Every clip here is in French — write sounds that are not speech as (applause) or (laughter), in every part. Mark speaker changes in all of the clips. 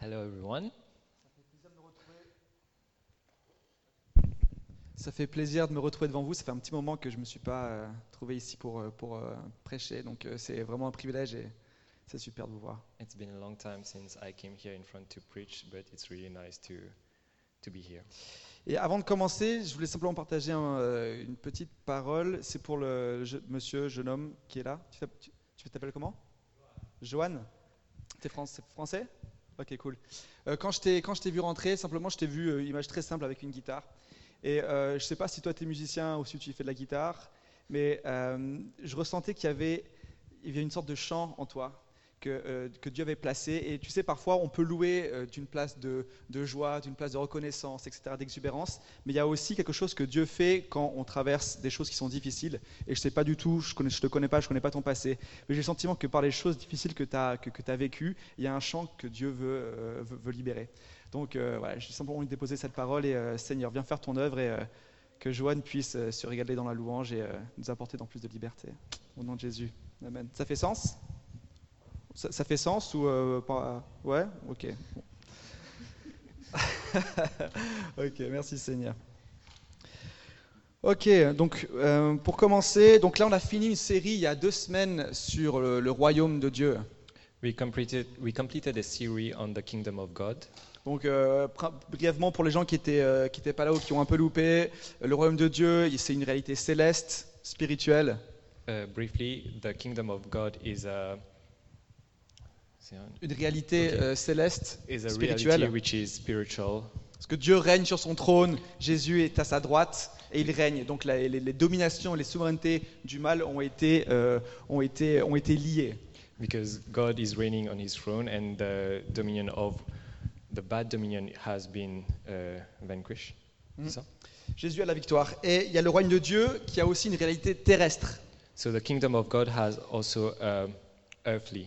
Speaker 1: Hello, everyone.
Speaker 2: Ça fait plaisir de me retrouver devant vous. Ça fait un petit moment que je ne me suis pas euh, trouvé ici pour, euh, pour euh, prêcher. Donc euh, c'est vraiment un privilège et c'est super de vous voir.
Speaker 1: It's been a long time since I came here in front to preach, but it's really nice to to be here.
Speaker 2: Et avant de commencer, je voulais simplement partager un, euh, une petite parole. C'est pour le je- monsieur, jeune homme qui est là. Tu t'app- Tu tu t'appelles comment Joanne T'es fran- c'est français Ok, cool. Euh, quand je t'ai quand je t'ai vu rentrer, simplement, je t'ai vu euh, image très simple avec une guitare. Et euh, je ne sais pas si toi, tu es musicien ou si tu fais de la guitare, mais euh, je ressentais qu'il y avait, il y avait une sorte de chant en toi. Que, euh, que Dieu avait placé. Et tu sais, parfois, on peut louer euh, d'une place de, de joie, d'une place de reconnaissance, etc., d'exubérance. Mais il y a aussi quelque chose que Dieu fait quand on traverse des choses qui sont difficiles. Et je sais pas du tout, je ne te connais pas, je connais pas ton passé. Mais j'ai le sentiment que par les choses difficiles que tu as, que, que as vécues, il y a un champ que Dieu veut, euh, veut, veut libérer. Donc euh, voilà, j'ai simplement envie de déposer cette parole et euh, Seigneur, viens faire ton œuvre et euh, que Joanne puisse euh, se régaler dans la louange et euh, nous apporter dans plus de liberté. Au nom de Jésus. Amen. Ça fait sens ça, ça fait sens ou euh, pas Ouais Ok. ok, merci Seigneur. Ok, donc euh, pour commencer, donc là on a fini une série il y a deux semaines sur le, le royaume de Dieu.
Speaker 1: We completed we completed a series on the kingdom of God.
Speaker 2: Donc euh, pr- brièvement pour les gens qui étaient euh, qui étaient pas là ou qui ont un peu loupé, le royaume de Dieu, il- c'est une réalité céleste, spirituelle.
Speaker 1: Uh, briefly, the kingdom of God is a c'est un-
Speaker 2: Une réalité
Speaker 1: Ok.
Speaker 2: euh, céleste,
Speaker 1: is a
Speaker 2: Spirituel.
Speaker 1: reality which is spiritual.
Speaker 2: Parce que Dieu règne sur son trône, Jésus est à sa droite et il règne. Donc la- les, les dominations, les souverainetés du mal ont été, euh, ont été, ont été liées.
Speaker 1: because God is reigning on his throne and the dominion of the bad dominion has been uh, vanquished.
Speaker 2: Mm.
Speaker 1: So,
Speaker 2: Jésus a la victoire. Et il y a le royaume de Dieu qui a aussi une réalité terrestre.
Speaker 1: so the kingdom of God has also a earthly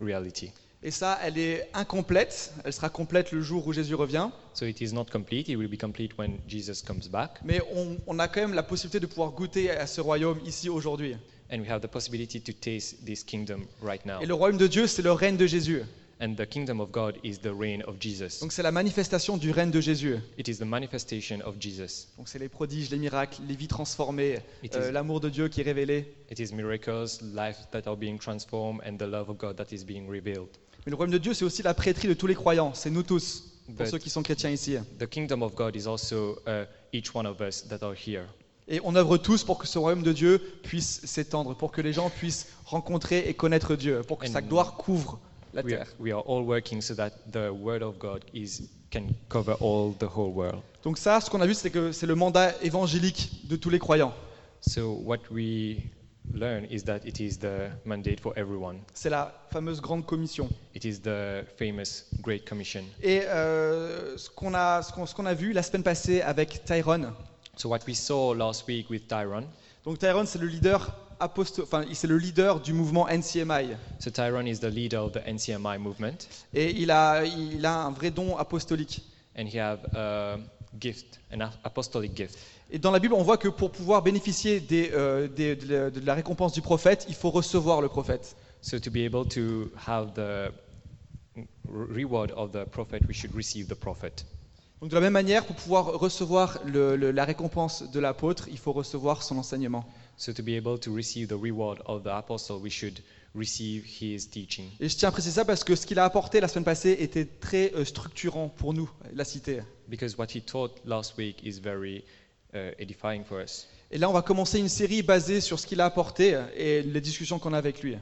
Speaker 1: reality.
Speaker 2: Et ça, elle est incomplète. Elle sera complète le jour où Jésus revient.
Speaker 1: So it is not complete. It will be complete when Jesus comes back,
Speaker 2: Mais on, on a quand même la possibilité de pouvoir goûter à ce royaume ici aujourd'hui.
Speaker 1: and we have the possibility to taste this kingdom right now.
Speaker 2: Et le royaume de Dieu, c'est le règne de Jésus.
Speaker 1: And the kingdom of God is the reign of Jesus.
Speaker 2: Donc c'est la manifestation du règne de Jésus.
Speaker 1: It is the manifestation of Jesus.
Speaker 2: Donc c'est les prodiges, les miracles, les vies transformées,
Speaker 1: It
Speaker 2: euh,
Speaker 1: is-
Speaker 2: l'amour de Dieu qui est révélé.
Speaker 1: It is miracles, life that are being transformed, and the love of God that is being revealed.
Speaker 2: Mais le royaume de Dieu, c'est aussi la prêtrie de tous les croyants, c'est nous tous, pour
Speaker 1: But-
Speaker 2: ceux qui sont chrétiens ici.
Speaker 1: The kingdom of God is also uh, each one of us that are here.
Speaker 2: Et on œuvre tous pour que ce royaume de Dieu puisse s'étendre, pour que les gens puissent rencontrer et connaître Dieu, pour que sa
Speaker 1: Amen.
Speaker 2: gloire couvre la
Speaker 1: We are,
Speaker 2: terre.
Speaker 1: we are all working so that the word of God is can cover all the whole world.
Speaker 2: Donc ça, ce qu'on a vu, c'est que c'est le mandat évangélique de tous les croyants.
Speaker 1: So what we learn is that it is the mandate for everyone.
Speaker 2: C'est la fameuse grande commission.
Speaker 1: It is the famous Great Commission.
Speaker 2: Et euh, ce qu'on a, ce qu'on- ce qu'on a vu la semaine passée avec Tyrone.
Speaker 1: So what we saw last week with Tyrone.
Speaker 2: Donc Tyrone, c'est le leader aposto- enfin, c'est le leader du mouvement NCMI.
Speaker 1: So Tyrone is the leader of the NCMI movement,
Speaker 2: Et il a, il a un vrai don apostolique.
Speaker 1: and he have a gift, an a- apostolic gift.
Speaker 2: Et dans la Bible, on voit que pour pouvoir bénéficier des, euh, des- de, la, de la récompense du prophète, il faut recevoir le prophète.
Speaker 1: So to be able to have the reward of the prophet, we should receive the prophet.
Speaker 2: Donc de la même manière, pour pouvoir recevoir le- le- la récompense de l'apôtre, il faut recevoir son enseignement.
Speaker 1: So to be able to receive the reward of the apostle, we should receive his teaching.
Speaker 2: Et je tiens à préciser ça parce que ce qu'il a apporté la semaine passée était très euh, structurant pour nous, la cité.
Speaker 1: Because what he taught last week is very uh, edifying for us.
Speaker 2: Et là, on va commencer une série basée sur ce qu'il a apporté et les discussions qu'on a avec lui.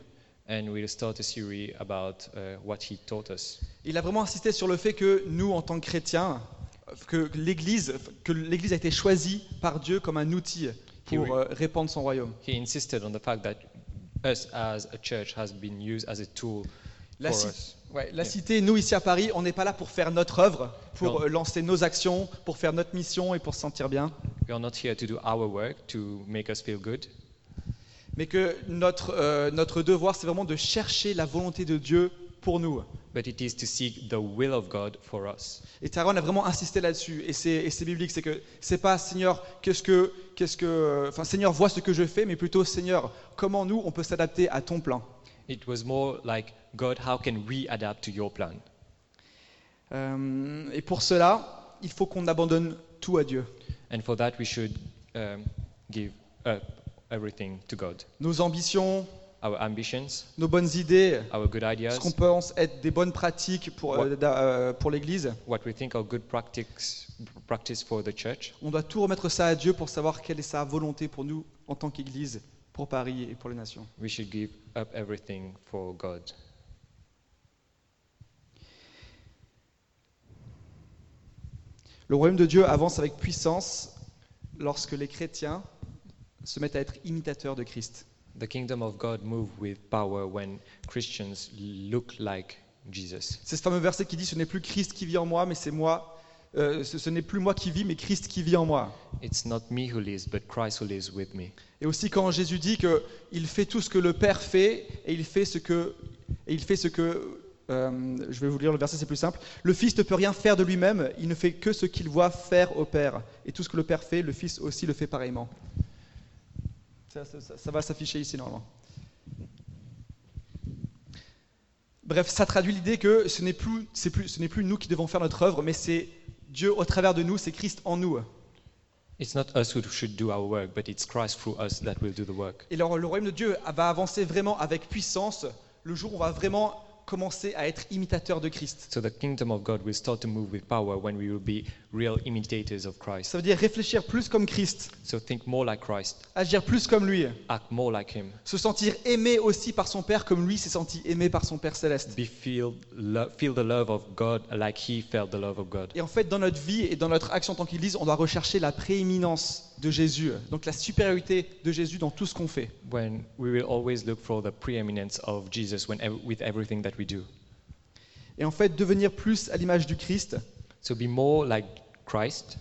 Speaker 1: And we'll start a series about uh, what he taught us.
Speaker 2: Il a vraiment insisté sur le fait que nous, en tant que chrétiens, que l'Église, que l'Église a été choisie par Dieu comme un outil
Speaker 1: Oui.
Speaker 2: pour euh, répandre son royaume.
Speaker 1: He insisted on the fact that us as a church has been used as a tool
Speaker 2: La,
Speaker 1: for
Speaker 2: ci-
Speaker 1: us.
Speaker 2: ouais, la
Speaker 1: Yeah.
Speaker 2: cité, nous ici à Paris, on n'est pas là pour faire notre œuvre, pour
Speaker 1: Non.
Speaker 2: euh, lancer nos actions, pour faire notre mission et pour se sentir bien,
Speaker 1: We are not here to do our work to make us feel good,
Speaker 2: mais que notre, euh, notre devoir, c'est vraiment de chercher la volonté de Dieu pour nous.
Speaker 1: but it is to seek the will of God for us.
Speaker 2: Et Tyrone a vraiment insisté là-dessus, et c'est et c'est biblique, c'est que c'est pas Seigneur, qu'est-ce que, qu'est-ce que, enfin Seigneur, vois ce que je fais, mais plutôt Seigneur, comment nous on peut s'adapter à ton plan.
Speaker 1: It was more like, God, how can we adapt to your plan?
Speaker 2: Euh, et pour cela, il faut qu'on abandonne tout à Dieu.
Speaker 1: And for that, we should um, give up everything to God
Speaker 2: Nos ambitions,
Speaker 1: our ambitions,
Speaker 2: nos bonnes idées,
Speaker 1: our good
Speaker 2: ce qu'on
Speaker 1: ideas,
Speaker 2: pense être des bonnes pratiques pour, euh, d'a- euh, pour l'Église.
Speaker 1: what we think are good practice, practice for the church.
Speaker 2: On doit tout remettre ça à Dieu pour savoir quelle est sa volonté pour nous en tant qu'Église, pour Paris et pour les nations.
Speaker 1: We should give up everything for God.
Speaker 2: Le royaume de Dieu avance avec puissance lorsque les chrétiens se mettent à être imitateurs de Christ.
Speaker 1: The kingdom of God moves with power when Christians look like Jesus.
Speaker 2: C'est ce fameux verset qui dit ce n'est plus Christ qui vit en moi, mais c'est moi. euh, ce ce n'est plus moi qui vis, mais Christ qui vit en moi.
Speaker 1: It's not me who lives, but Christ who lives with me.
Speaker 2: Et aussi quand Jésus dit que il fait tout ce que le Père fait et il fait ce que et il fait ce que euh, je vais vous lire le verset, c'est plus simple. Le Fils ne peut rien faire de lui-même, il ne fait que ce qu'il voit faire au Père. Et tout ce que le Père fait, le Fils aussi le fait pareillement. Ça, ça- ça- ça va s'afficher ici normalement. Bref, ça traduit l'idée que ce n'est plus, c'est plus, ce n'est plus nous qui devons faire notre œuvre, mais c'est Dieu au travers de nous, c'est Christ en nous.
Speaker 1: It's not us who should do our work, but it's Christ through us that will do the work.
Speaker 2: Et alors, le royaume de Dieu va avancer vraiment avec puissance le jour où on va vraiment commencer à être imitateur de Christ.
Speaker 1: So the kingdom of God will start to move with power when we will be real imitators of Christ.
Speaker 2: Ça veut dire réfléchir plus comme Christ,
Speaker 1: So think more like Christ,
Speaker 2: agir plus comme lui,
Speaker 1: act more like Him,
Speaker 2: se sentir aimé aussi par son Père comme lui s'est senti aimé par son Père céleste.
Speaker 1: be feel, lo- feel the love of God like He felt the love of God.
Speaker 2: Et en fait, dans notre vie et dans notre action en tant qu'Église, on doit rechercher la prééminence de Jésus, donc la supériorité de Jésus dans tout ce qu'on fait.
Speaker 1: When we will always look for the preeminence of Jesus when, ev- with everything that we do.
Speaker 2: Et en fait, devenir plus à l'image du Christ,
Speaker 1: So be more like Christ.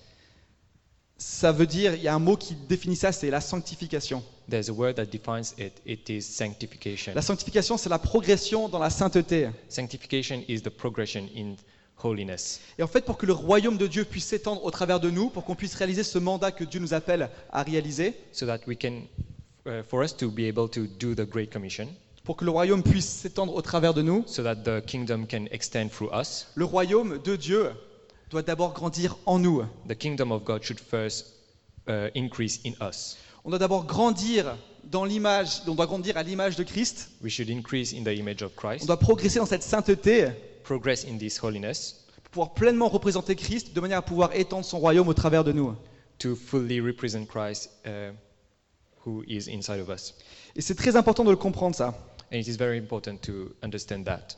Speaker 2: ça veut dire, il y a un mot qui définit ça, c'est la sanctification.
Speaker 1: There's a word that defines it. It is sanctification.
Speaker 2: La sanctification, c'est la progression dans la sainteté.
Speaker 1: Sanctification is the progression in holiness.
Speaker 2: Et en fait, pour que le royaume de Dieu puisse s'étendre au travers de nous, pour qu'on puisse réaliser ce mandat que Dieu nous appelle à réaliser,
Speaker 1: so that we can, uh, for us to be able to do the Great Commission,
Speaker 2: pour que le royaume puisse s'étendre au travers de nous,
Speaker 1: so that the kingdom can extend through us,
Speaker 2: le royaume de Dieu doit d'abord grandir en nous.
Speaker 1: the kingdom of God should first uh, increase in us.
Speaker 2: On doit d'abord grandir dans l'image, on doit grandir à l'image de Christ,
Speaker 1: We should increase in the image of
Speaker 2: on
Speaker 1: Christ,
Speaker 2: doit progresser dans cette sainteté
Speaker 1: progress in this holiness,
Speaker 2: pour pouvoir pleinement représenter Christ de manière à pouvoir étendre son royaume au travers de nous.
Speaker 1: to fully represent Christ uh, who is inside of us.
Speaker 2: Et c'est très important de le comprendre ça.
Speaker 1: And it is very important to understand that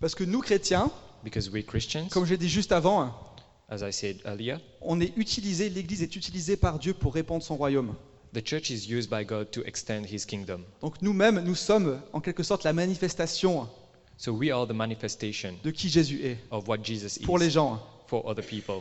Speaker 2: Parce que nous, chrétiens,
Speaker 1: because we Christians,
Speaker 2: comme j'ai dit juste avant,
Speaker 1: as I said earlier,
Speaker 2: on est utilisé, l'Église est utilisée par Dieu pour répandre son royaume.
Speaker 1: the church is used by God to extend his kingdom.
Speaker 2: Donc nous-mêmes, nous sommes en quelque sorte la manifestation
Speaker 1: So we are the manifestation
Speaker 2: de qui Jésus est
Speaker 1: of what Jesus
Speaker 2: pour les
Speaker 1: is
Speaker 2: gens.
Speaker 1: for other people.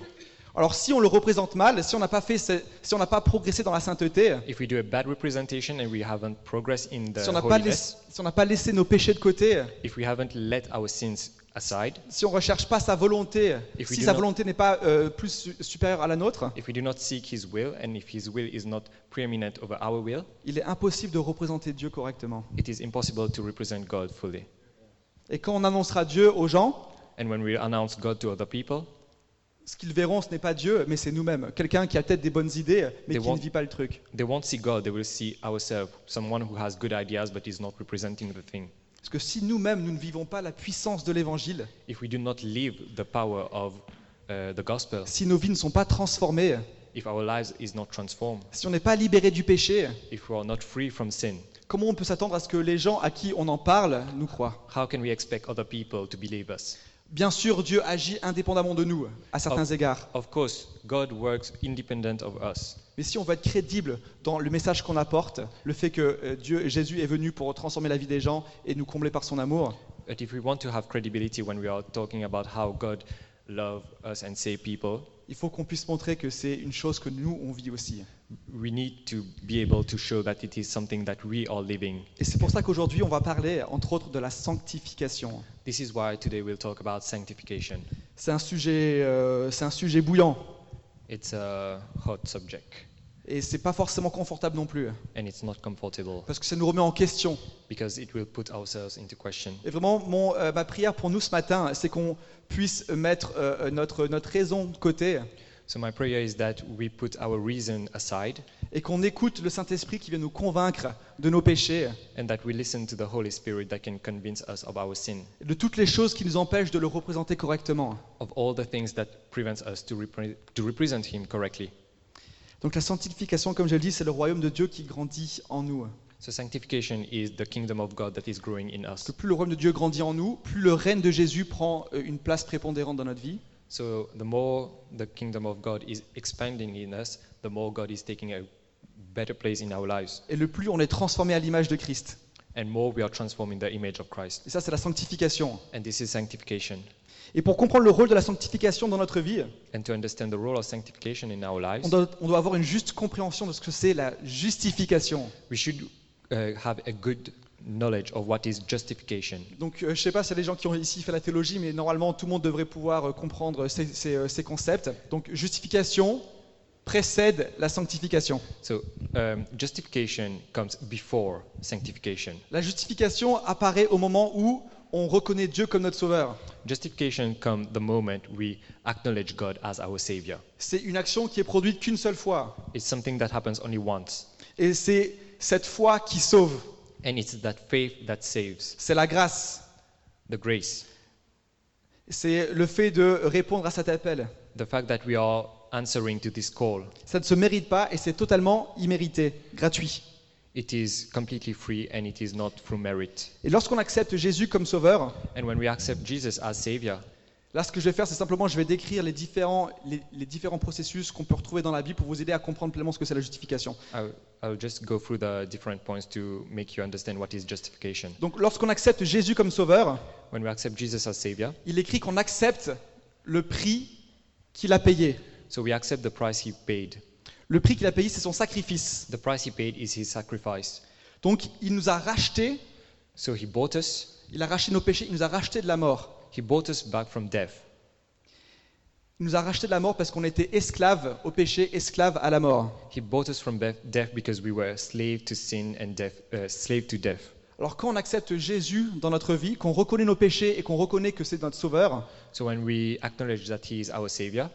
Speaker 2: Alors si on le représente mal, si on n'a pas fait, ce- si on n'a pas progressé dans la sainteté,
Speaker 1: if we do a bad representation and we haven't progressed in the
Speaker 2: si on n'a pas,
Speaker 1: holiness,
Speaker 2: laiss- si on n'a pas laissé nos péchés de côté,
Speaker 1: if we haven't let our sins aside,
Speaker 2: si on ne recherche pas sa volonté,
Speaker 1: If we do
Speaker 2: si sa
Speaker 1: not-
Speaker 2: volonté n'est pas euh, plus su- supérieure à la nôtre,
Speaker 1: if we do not seek His will, and if His will is not preeminent over our will,
Speaker 2: il est impossible de représenter Dieu correctement.
Speaker 1: it is impossible to represent God fully.
Speaker 2: Et quand on annoncera Dieu aux gens,
Speaker 1: And when we announce God to other people,
Speaker 2: ce qu'ils verront, ce n'est pas Dieu, mais c'est nous-mêmes. Quelqu'un qui a peut-être des bonnes idées, mais
Speaker 1: They
Speaker 2: qui
Speaker 1: want-
Speaker 2: ne vit pas le truc.
Speaker 1: they won't see God, they will see ourselves, someone who has good ideas but is not representing the thing.
Speaker 2: Parce que si nous-mêmes, nous ne vivons pas la puissance de l'Évangile,
Speaker 1: If we do not live the power of uh, the gospel,
Speaker 2: si nos vies ne sont pas transformées,
Speaker 1: if our lives is not transformed,
Speaker 2: Si on n'est pas libéré du péché,
Speaker 1: if we are not free from sin,
Speaker 2: comment on peut s'attendre à ce que les gens à qui on en parle nous croient
Speaker 1: how can we expect other people to believe us?
Speaker 2: Bien sûr, Dieu agit indépendamment de nous, à certains égards.
Speaker 1: Of course, God works independent of us.
Speaker 2: Mais si on veut être crédible dans le message qu'on apporte, le fait que euh, Dieu, Jésus est venu pour transformer la vie des gens et nous combler par son amour,
Speaker 1: But if we want to have credibility when we are talking about how God loves us and save people,
Speaker 2: il faut qu'on puisse montrer que c'est une chose que nous, on vit aussi.
Speaker 1: we need to be able to show that it is something that we are living.
Speaker 2: Et c'est pour ça qu'aujourd'hui, on va parler, entre autres, de la sanctification.
Speaker 1: This is why today we'll talk about sanctification.
Speaker 2: C'est un sujet, euh, c'est un sujet bouillant.
Speaker 1: It's a hot subject.
Speaker 2: Et c'est pas forcément confortable non plus,
Speaker 1: and it's not comfortable
Speaker 2: parce que ça nous remet en question.
Speaker 1: because it will put ourselves into question.
Speaker 2: Et vraiment, mon, euh, ma prière pour nous ce matin, c'est qu'on puisse mettre euh, notre, notre raison de côté
Speaker 1: So my prayer is that we put our reason aside
Speaker 2: et qu'on écoute le Saint-Esprit qui vient nous convaincre de nos péchés,
Speaker 1: and that we listen to the Holy Spirit that can convince us of our sin,
Speaker 2: de toutes les choses qui nous empêchent de le représenter correctement.
Speaker 1: of all the things that prevents us to, repre- to represent Him correctly.
Speaker 2: Donc la sanctification, comme je le dis, c'est le royaume de Dieu qui grandit en nous.
Speaker 1: So sanctification is the kingdom of God that is growing in us.
Speaker 2: Parce que plus le royaume de Dieu grandit en nous, plus le règne de Jésus prend euh, une place prépondérante dans notre vie.
Speaker 1: So the more the kingdom of God is expanding in us, the more God is taking a better place in our lives,
Speaker 2: Et le plus on est transformé à l'image de Christ.
Speaker 1: and more we are transforming the image of Christ.
Speaker 2: Et ça, c'est la sanctification.
Speaker 1: And this is sanctification.
Speaker 2: Et pour comprendre le rôle de la sanctification dans notre vie,
Speaker 1: And to understand the role of sanctification in our
Speaker 2: on
Speaker 1: lives,
Speaker 2: doit, on doit avoir une juste compréhension de ce que c'est la justification.
Speaker 1: we should uh, have a good knowledge of what is justification.
Speaker 2: Donc, euh, je ne sais pas s'il y a des gens qui ont ici fait la théologie, mais normalement, tout le monde devrait pouvoir euh, comprendre ces, ces, euh, ces concepts. Donc, justification précède la sanctification.
Speaker 1: So um, justification comes before sanctification.
Speaker 2: La justification apparaît au moment où on reconnaît Dieu comme notre sauveur.
Speaker 1: Justification comes the moment we acknowledge God as our Savior.
Speaker 2: C'est une action qui est produite qu'une seule fois.
Speaker 1: It's something that happens only once,
Speaker 2: Et c'est cette foi qui sauve.
Speaker 1: and it's that faith that saves,
Speaker 2: C'est la grâce.
Speaker 1: the grace.
Speaker 2: C'est le fait de répondre à cet appel.
Speaker 1: the fact that we are answering to this call.
Speaker 2: Ça ne se mérite pas et c'est totalement immérité, gratuit.
Speaker 1: It is completely free and it is not through merit.
Speaker 2: Et lorsqu'on accepte Jésus comme sauveur,
Speaker 1: And when we accept Jesus as Savior,
Speaker 2: Là, ce que je vais faire, c'est simplement, je vais décrire les différents, les, les différents processus qu'on peut retrouver dans la Bible pour vous aider à comprendre pleinement ce que c'est la justification.
Speaker 1: I'll, I'll just go through the different points to make you understand what is justification.
Speaker 2: Donc, lorsqu'on accepte Jésus comme sauveur,
Speaker 1: When we accept Jesus as Savior,
Speaker 2: il écrit qu'on accepte le prix qu'il a payé.
Speaker 1: so we accept the price He paid.
Speaker 2: Le prix qu'il a payé, c'est son sacrifice.
Speaker 1: The price He paid is His sacrifice.
Speaker 2: Donc, il nous a racheté,
Speaker 1: So He bought us,
Speaker 2: il a racheté nos péchés, il nous a racheté de la mort.
Speaker 1: He bought us back from death.
Speaker 2: Il nous a racheté de la mort parce qu'on était esclaves au péché, esclaves à la mort.
Speaker 1: He bought us from death, death because we were slave to sin and death, uh, slave to death.
Speaker 2: Alors, quand on accepte Jésus dans notre vie, qu'on reconnaît nos péchés et qu'on reconnaît que c'est notre sauveur,
Speaker 1: So when we acknowledge that He is our Savior,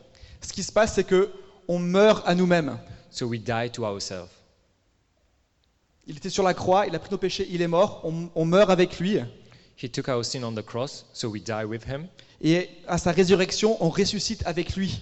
Speaker 2: ce qui se passe, c'est que on meurt à nous-mêmes.
Speaker 1: so we die to ourselves.
Speaker 2: Il était sur la croix, il a pris nos péchés, il est mort, on, on meurt avec lui.
Speaker 1: He took our sin on the cross, so we die with him.
Speaker 2: Et à sa résurrection, on ressuscite avec lui.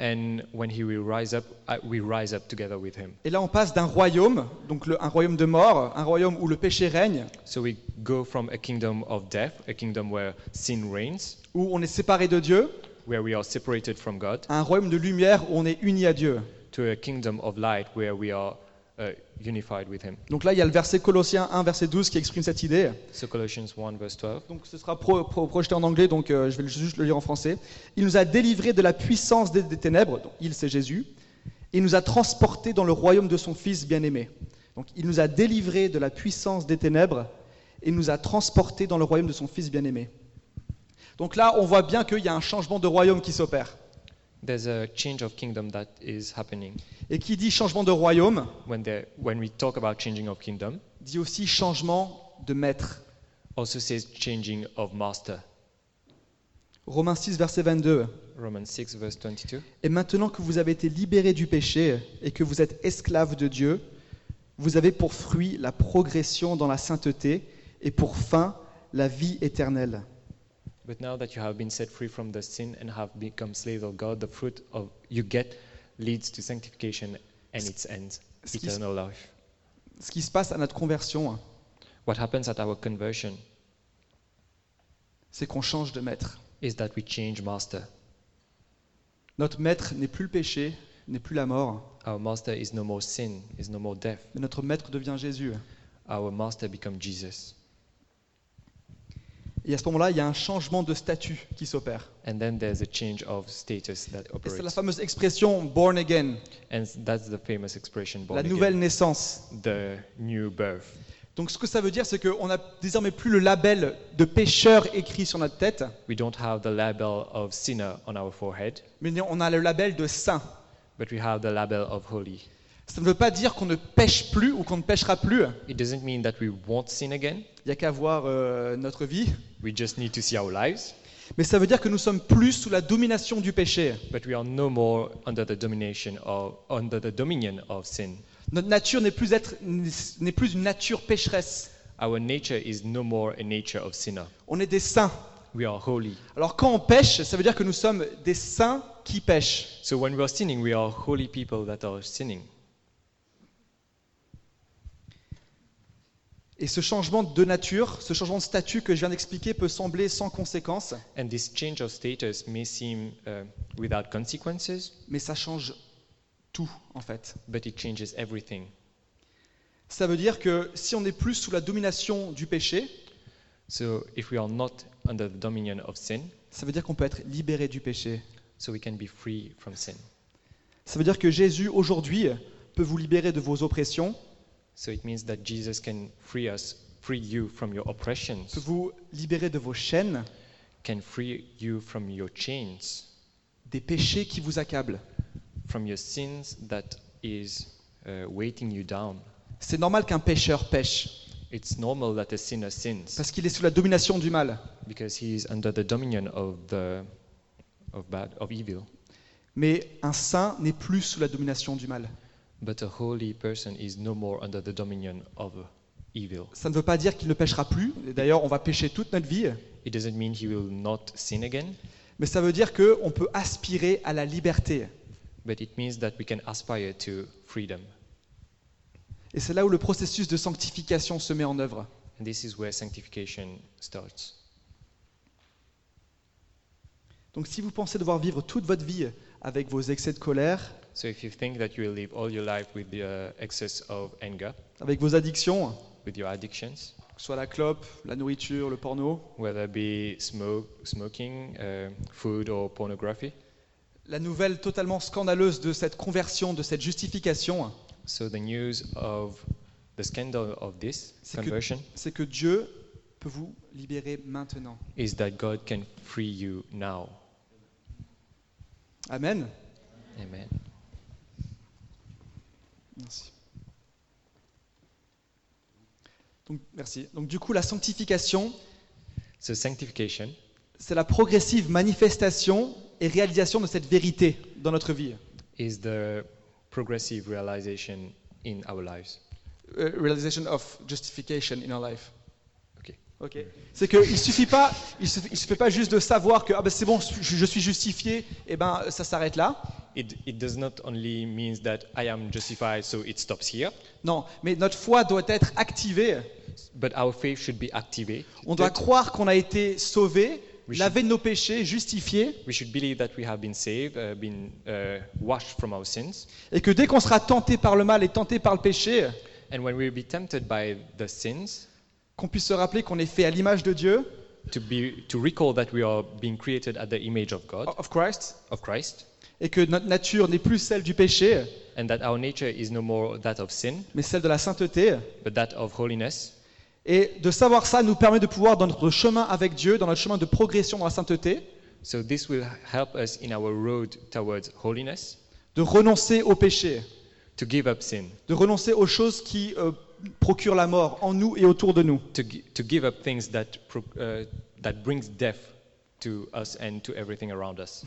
Speaker 1: And when he will rise up, uh, we rise up together with him.
Speaker 2: Et là, on passe d'un royaume, donc le- un royaume de mort, un royaume où le péché règne,
Speaker 1: So we go from a kingdom of death, a kingdom where sin reigns,
Speaker 2: où on est séparé de Dieu,
Speaker 1: where we are separated from God,
Speaker 2: à un royaume de lumière où on est uni à Dieu.
Speaker 1: to a kingdom of light where we are uh, unified with him.
Speaker 2: Donc là, il y a le verset Colossiens 1, verset 12 qui exprime cette idée.
Speaker 1: So Colossians 1, verse 12.
Speaker 2: Donc ce sera pro- pro- projeté en anglais, donc euh, je vais le- juste le lire en français. Il nous a délivrés de la puissance des, des ténèbres, donc il c'est Jésus, et il nous a transportés dans le royaume de son Fils bien-aimé. Donc il nous a délivrés de la puissance des ténèbres et nous a transportés dans le royaume de son Fils bien-aimé. Donc là, on voit bien qu'il y a un changement de royaume qui s'opère.
Speaker 1: There's a change of kingdom that is happening.
Speaker 2: Et qui dit changement de royaume,
Speaker 1: When, there, when we talk about changing of kingdom,
Speaker 2: dit aussi changement de maître.
Speaker 1: also says changing of master.
Speaker 2: Romains 6, verset 22.
Speaker 1: Romans 6, verse 22.
Speaker 2: Et maintenant que vous avez été libérés du péché et que vous êtes esclaves de Dieu, vous avez pour fruit la progression dans la sainteté et pour fin la vie éternelle.
Speaker 1: But now that you have been set free from the sin and have become slaves of God, the fruit of you get leads to sanctification and its end,
Speaker 2: Ce qui,
Speaker 1: eternal life.
Speaker 2: ce qui se passe à notre conversion, hein,
Speaker 1: What happens at our conversion
Speaker 2: c'est qu'on change de maître.
Speaker 1: is that we change master.
Speaker 2: Notre maître n'est plus le péché, n'est plus la mort,
Speaker 1: Our master is no more sin, is no more death.
Speaker 2: mais notre maître devient Jésus.
Speaker 1: Our master becomes Jesus.
Speaker 2: Et à ce moment-là, il y a un changement de statut qui s'opère.
Speaker 1: And then there's a change of status that
Speaker 2: Et c'est la
Speaker 1: operates.
Speaker 2: fameuse expression born again,
Speaker 1: And that's the famous expression born
Speaker 2: la
Speaker 1: again,
Speaker 2: nouvelle naissance.
Speaker 1: the new birth.
Speaker 2: Donc ce que ça veut dire, c'est qu'on n'a désormais plus le label de pécheur écrit sur notre tête,
Speaker 1: We don't have the label of sinner on our forehead,
Speaker 2: Mais on a le label de saint.
Speaker 1: but we have the label of holy.
Speaker 2: Ça ne veut pas dire qu'on ne pêche plus ou qu'on ne pêchera plus.
Speaker 1: It doesn't mean that we won't sin again.
Speaker 2: Il n'y a qu'à voir euh, notre vie.
Speaker 1: We just need to see our lives.
Speaker 2: Mais ça veut dire que nous sommes plus sous la domination du péché.
Speaker 1: But we are no more under the domination of under the dominion of sin.
Speaker 2: Notre nature n'est plus, être- n'est plus une nature pécheresse.
Speaker 1: Our nature is no more a nature of sinner.
Speaker 2: On est des saints.
Speaker 1: We are holy.
Speaker 2: Alors quand on pêche, ça veut dire que nous sommes des saints qui pêchent.
Speaker 1: So when we are sinning, we are holy people that are sinning.
Speaker 2: Et ce changement de nature, ce changement de statut que je viens d'expliquer peut sembler sans conséquence,
Speaker 1: And this change of status may seem uh, without consequences,
Speaker 2: mais ça change tout en fait.
Speaker 1: but it changes everything.
Speaker 2: Ça veut dire que si on n'est plus sous la domination du péché,
Speaker 1: So if we are not under the dominion of sin,
Speaker 2: ça veut dire qu'on peut être libéré du péché.
Speaker 1: so we can be free from sin.
Speaker 2: Ça veut dire que Jésus aujourd'hui peut vous libérer de vos oppressions,
Speaker 1: So it means that Jesus can free us, free you from your oppressions,
Speaker 2: peut vous libérer de vos chaînes,
Speaker 1: can free you from your chains,
Speaker 2: des péchés qui vous accablent.
Speaker 1: from your sins that is uh, weighting you down.
Speaker 2: C'est normal qu'un pécheur pêche,
Speaker 1: It's normal that a sinner sins
Speaker 2: parce qu'il est sous la domination du mal.
Speaker 1: because he is under the dominion of the of bad of evil.
Speaker 2: Mais un saint n'est plus sous la domination du mal.
Speaker 1: But a holy person is no more under the dominion of evil.
Speaker 2: Ça ne veut pas dire qu'il ne pêchera plus, et d'ailleurs on va pêcher toute notre vie,
Speaker 1: It doesn't mean he will not sin again,
Speaker 2: mais ça veut dire qu'on peut aspirer à la liberté.
Speaker 1: but it means that we can aspire to freedom.
Speaker 2: Et c'est là où le processus de sanctification se met en œuvre.
Speaker 1: And this is where sanctification starts.
Speaker 2: Donc si vous pensez devoir vivre toute votre vie avec vos excès de colère,
Speaker 1: So if you think that you will live all your life with the uh, excess of anger,
Speaker 2: avec vos addictions,
Speaker 1: with your addictions,
Speaker 2: que ce soit la clope, la nourriture, le porno,
Speaker 1: whether it be smoke, smoking, uh, food, or pornography,
Speaker 2: la nouvelle totalement scandaleuse de cette conversion, de cette justification,
Speaker 1: so the news of the scandal of this
Speaker 2: C'est que-
Speaker 1: conversion
Speaker 2: c'est que Dieu peut vous libérer maintenant.
Speaker 1: is that God can free you now.
Speaker 2: Amen.
Speaker 1: Amen.
Speaker 2: Merci. Donc, merci. Donc du coup, la sanctification,
Speaker 1: So sanctification
Speaker 2: c'est la progressive manifestation et réalisation de cette vérité dans notre vie.
Speaker 1: is the progressive realization in our lives.
Speaker 2: Euh, realization of justification in our life.
Speaker 1: Ok.
Speaker 2: Ok. C'est qu'il suffit pas, il suffit, il suffit pas juste de savoir que ah ben c'est bon, je, je suis justifié, et ben ça s'arrête là.
Speaker 1: It, it does not only means that I am justified, so it stops here,
Speaker 2: Non, mais notre foi doit être activée.
Speaker 1: but our faith should be activated.
Speaker 2: On doit croire qu'on a été sauvé,
Speaker 1: Oui,
Speaker 2: lavé de nos péchés, justifié,
Speaker 1: We should believe that we have been saved, uh, been uh, washed from our sins.
Speaker 2: et que dès qu'on sera tenté par le mal et tenté par le péché,
Speaker 1: And when we be tempted by the sins,
Speaker 2: qu'on puisse se rappeler qu'on est fait à l'image de Dieu,
Speaker 1: to, be, to recall that we are being created at the image of God,
Speaker 2: of Christ,
Speaker 1: of Christ,
Speaker 2: et que notre nature n'est plus celle du péché,
Speaker 1: and that our nature is no more that of sin,
Speaker 2: mais celle de la sainteté.
Speaker 1: but that of holiness.
Speaker 2: Et de savoir ça nous permet de pouvoir, dans notre chemin avec Dieu, dans notre chemin de progression dans la sainteté,
Speaker 1: So this will help us in our road towards holiness,
Speaker 2: de renoncer au péché,
Speaker 1: to give up sin,
Speaker 2: de renoncer aux choses qui euh, procurent la mort en nous et autour de nous.
Speaker 1: to, gi- to give up things that, pro- uh, that brings death to us and to everything around us.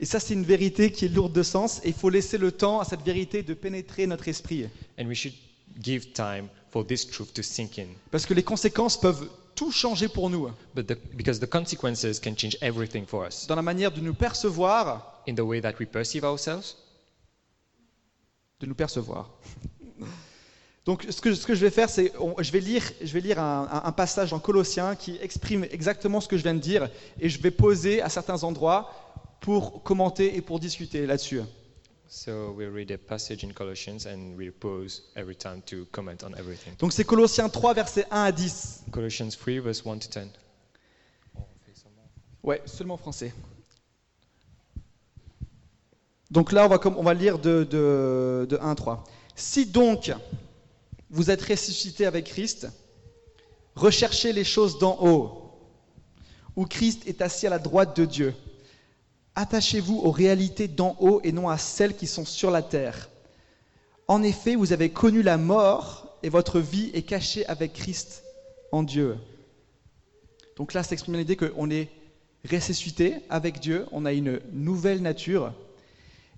Speaker 2: Et ça, c'est une vérité qui est lourde de sens et il faut laisser le temps à cette vérité de pénétrer notre esprit.
Speaker 1: And we should give time for this truth to sink in.
Speaker 2: Parce que les conséquences peuvent tout changer pour nous, hein,
Speaker 1: But the, because the consequences can change everything for us
Speaker 2: dans la manière de nous percevoir,
Speaker 1: in the way that we perceive ourselves.
Speaker 2: de nous percevoir. (laughs) Donc, ce que, ce que je vais faire, c'est on- je vais lire, je vais lire un, un- un passage en Colossiens qui exprime exactement ce que je viens de dire et je vais poser à certains endroits pour commenter et pour discuter là-dessus.
Speaker 1: So we read a passage in Colossians and we pause every time to comment on everything.
Speaker 2: Donc, c'est Colossiens 3, versets 1 à 10.
Speaker 1: Colossians 3, verse 1 to 10.
Speaker 2: Ouais, seulement en français. Donc là, on va, comme, on va lire de, de, de 1 à 3. Si donc vous êtes ressuscité avec Christ, recherchez les choses d'en haut, où Christ est assis à la droite de Dieu. Attachez-vous aux réalités d'en haut et non à celles qui sont sur la terre. En effet, vous avez connu la mort et votre vie est cachée avec Christ en Dieu. Donc là, c'est exprimer l'idée qu'on est ressuscité avec Dieu, on a une nouvelle nature.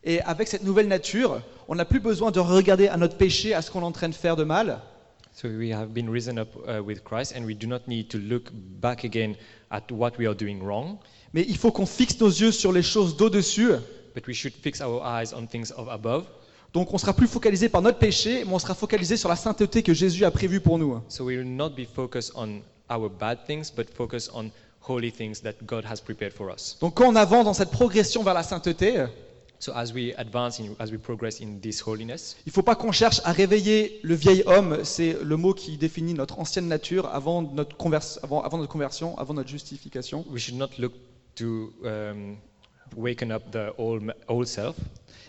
Speaker 2: Et avec cette nouvelle nature, on n'a plus besoin de regarder à notre péché, à ce qu'on est en train de faire de mal.
Speaker 1: So we have been risen up uh, with Christ, and we do not need to look back again at what we are doing wrong,
Speaker 2: Mais il faut qu'on fixe nos yeux sur les choses d'au-dessus.
Speaker 1: but we should fix our eyes on things of above.
Speaker 2: Donc on sera plus focalisé par notre péché, mais on sera focalisé sur la sainteté que Jésus a prévue pour nous.
Speaker 1: So we will not be focused on our bad things, but focus on holy things that God has prepared for us.
Speaker 2: Donc quand on avance dans cette progression vers la sainteté,
Speaker 1: So as we advance, in, as we progress in this holiness,
Speaker 2: il ne faut pas qu'on cherche à réveiller le vieil homme, c'est le mot qui définit notre ancienne nature avant notre, convers- avant- avant notre conversion, avant notre justification.
Speaker 1: we should not look to um, waken up the old, ma- old self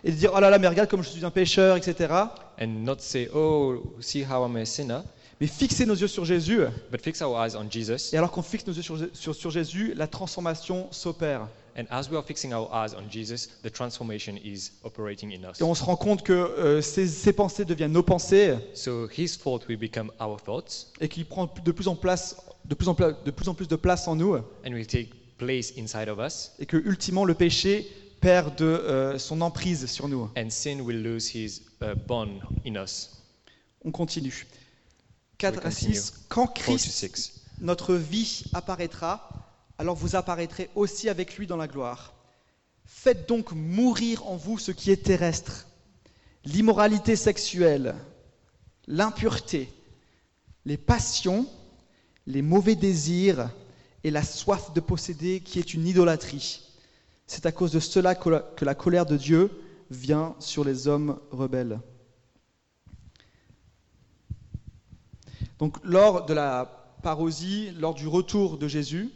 Speaker 2: Et de dire, oh là là, mais regarde comme je suis un pécheur, etc.
Speaker 1: and not say, oh, see how I'm a sinner,
Speaker 2: Mais fixer nos yeux sur Jésus.
Speaker 1: but fix our eyes on Jesus.
Speaker 2: Et alors qu'on fixe nos yeux sur, sur- sur Jésus, la transformation s'opère.
Speaker 1: And as we are fixing our eyes on Jesus, the transformation is operating in us.
Speaker 2: Et on se rend compte que euh, ses, ses pensées deviennent nos pensées
Speaker 1: So his thought will become our thoughts
Speaker 2: et qu'il prend de plus, en place, de, plus en pla- de plus en plus de place en nous.
Speaker 1: and will take place inside of us,
Speaker 2: Et que, ultimement, le péché perd de euh, son emprise sur nous.
Speaker 1: and sin will lose his uh, bond in us.
Speaker 2: On continue. 4 à
Speaker 1: continue.
Speaker 2: 6. Quand
Speaker 1: 4 to
Speaker 2: Christ,
Speaker 1: 6.
Speaker 2: notre vie, apparaîtra, alors vous apparaîtrez aussi avec lui dans la gloire. Faites donc mourir en vous ce qui est terrestre l'immoralité sexuelle, l'impureté, les passions, les mauvais désirs et la soif de posséder qui est une idolâtrie. C'est à cause de cela que la, que la colère de Dieu vient sur les hommes rebelles. Donc lors de la parousie, lors du retour de Jésus,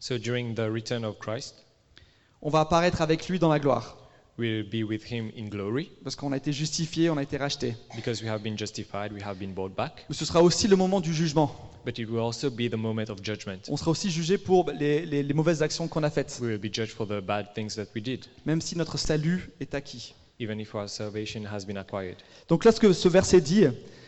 Speaker 1: So during the return of Christ,
Speaker 2: on va apparaître avec lui dans la gloire,
Speaker 1: we'll be with him in glory
Speaker 2: parce qu'on a été justifié, on a été racheté.
Speaker 1: because we have been justified, we have been bought back.
Speaker 2: Ce sera aussi le moment du jugement.
Speaker 1: But it will also be the moment of judgment.
Speaker 2: On sera aussi jugé pour les, les- les mauvaises actions qu'on a faites,
Speaker 1: We will be judged for the bad things that we did,
Speaker 2: même si notre salut est acquis.
Speaker 1: even if our salvation has been acquired.
Speaker 2: Donc là, ce que ce verset dit,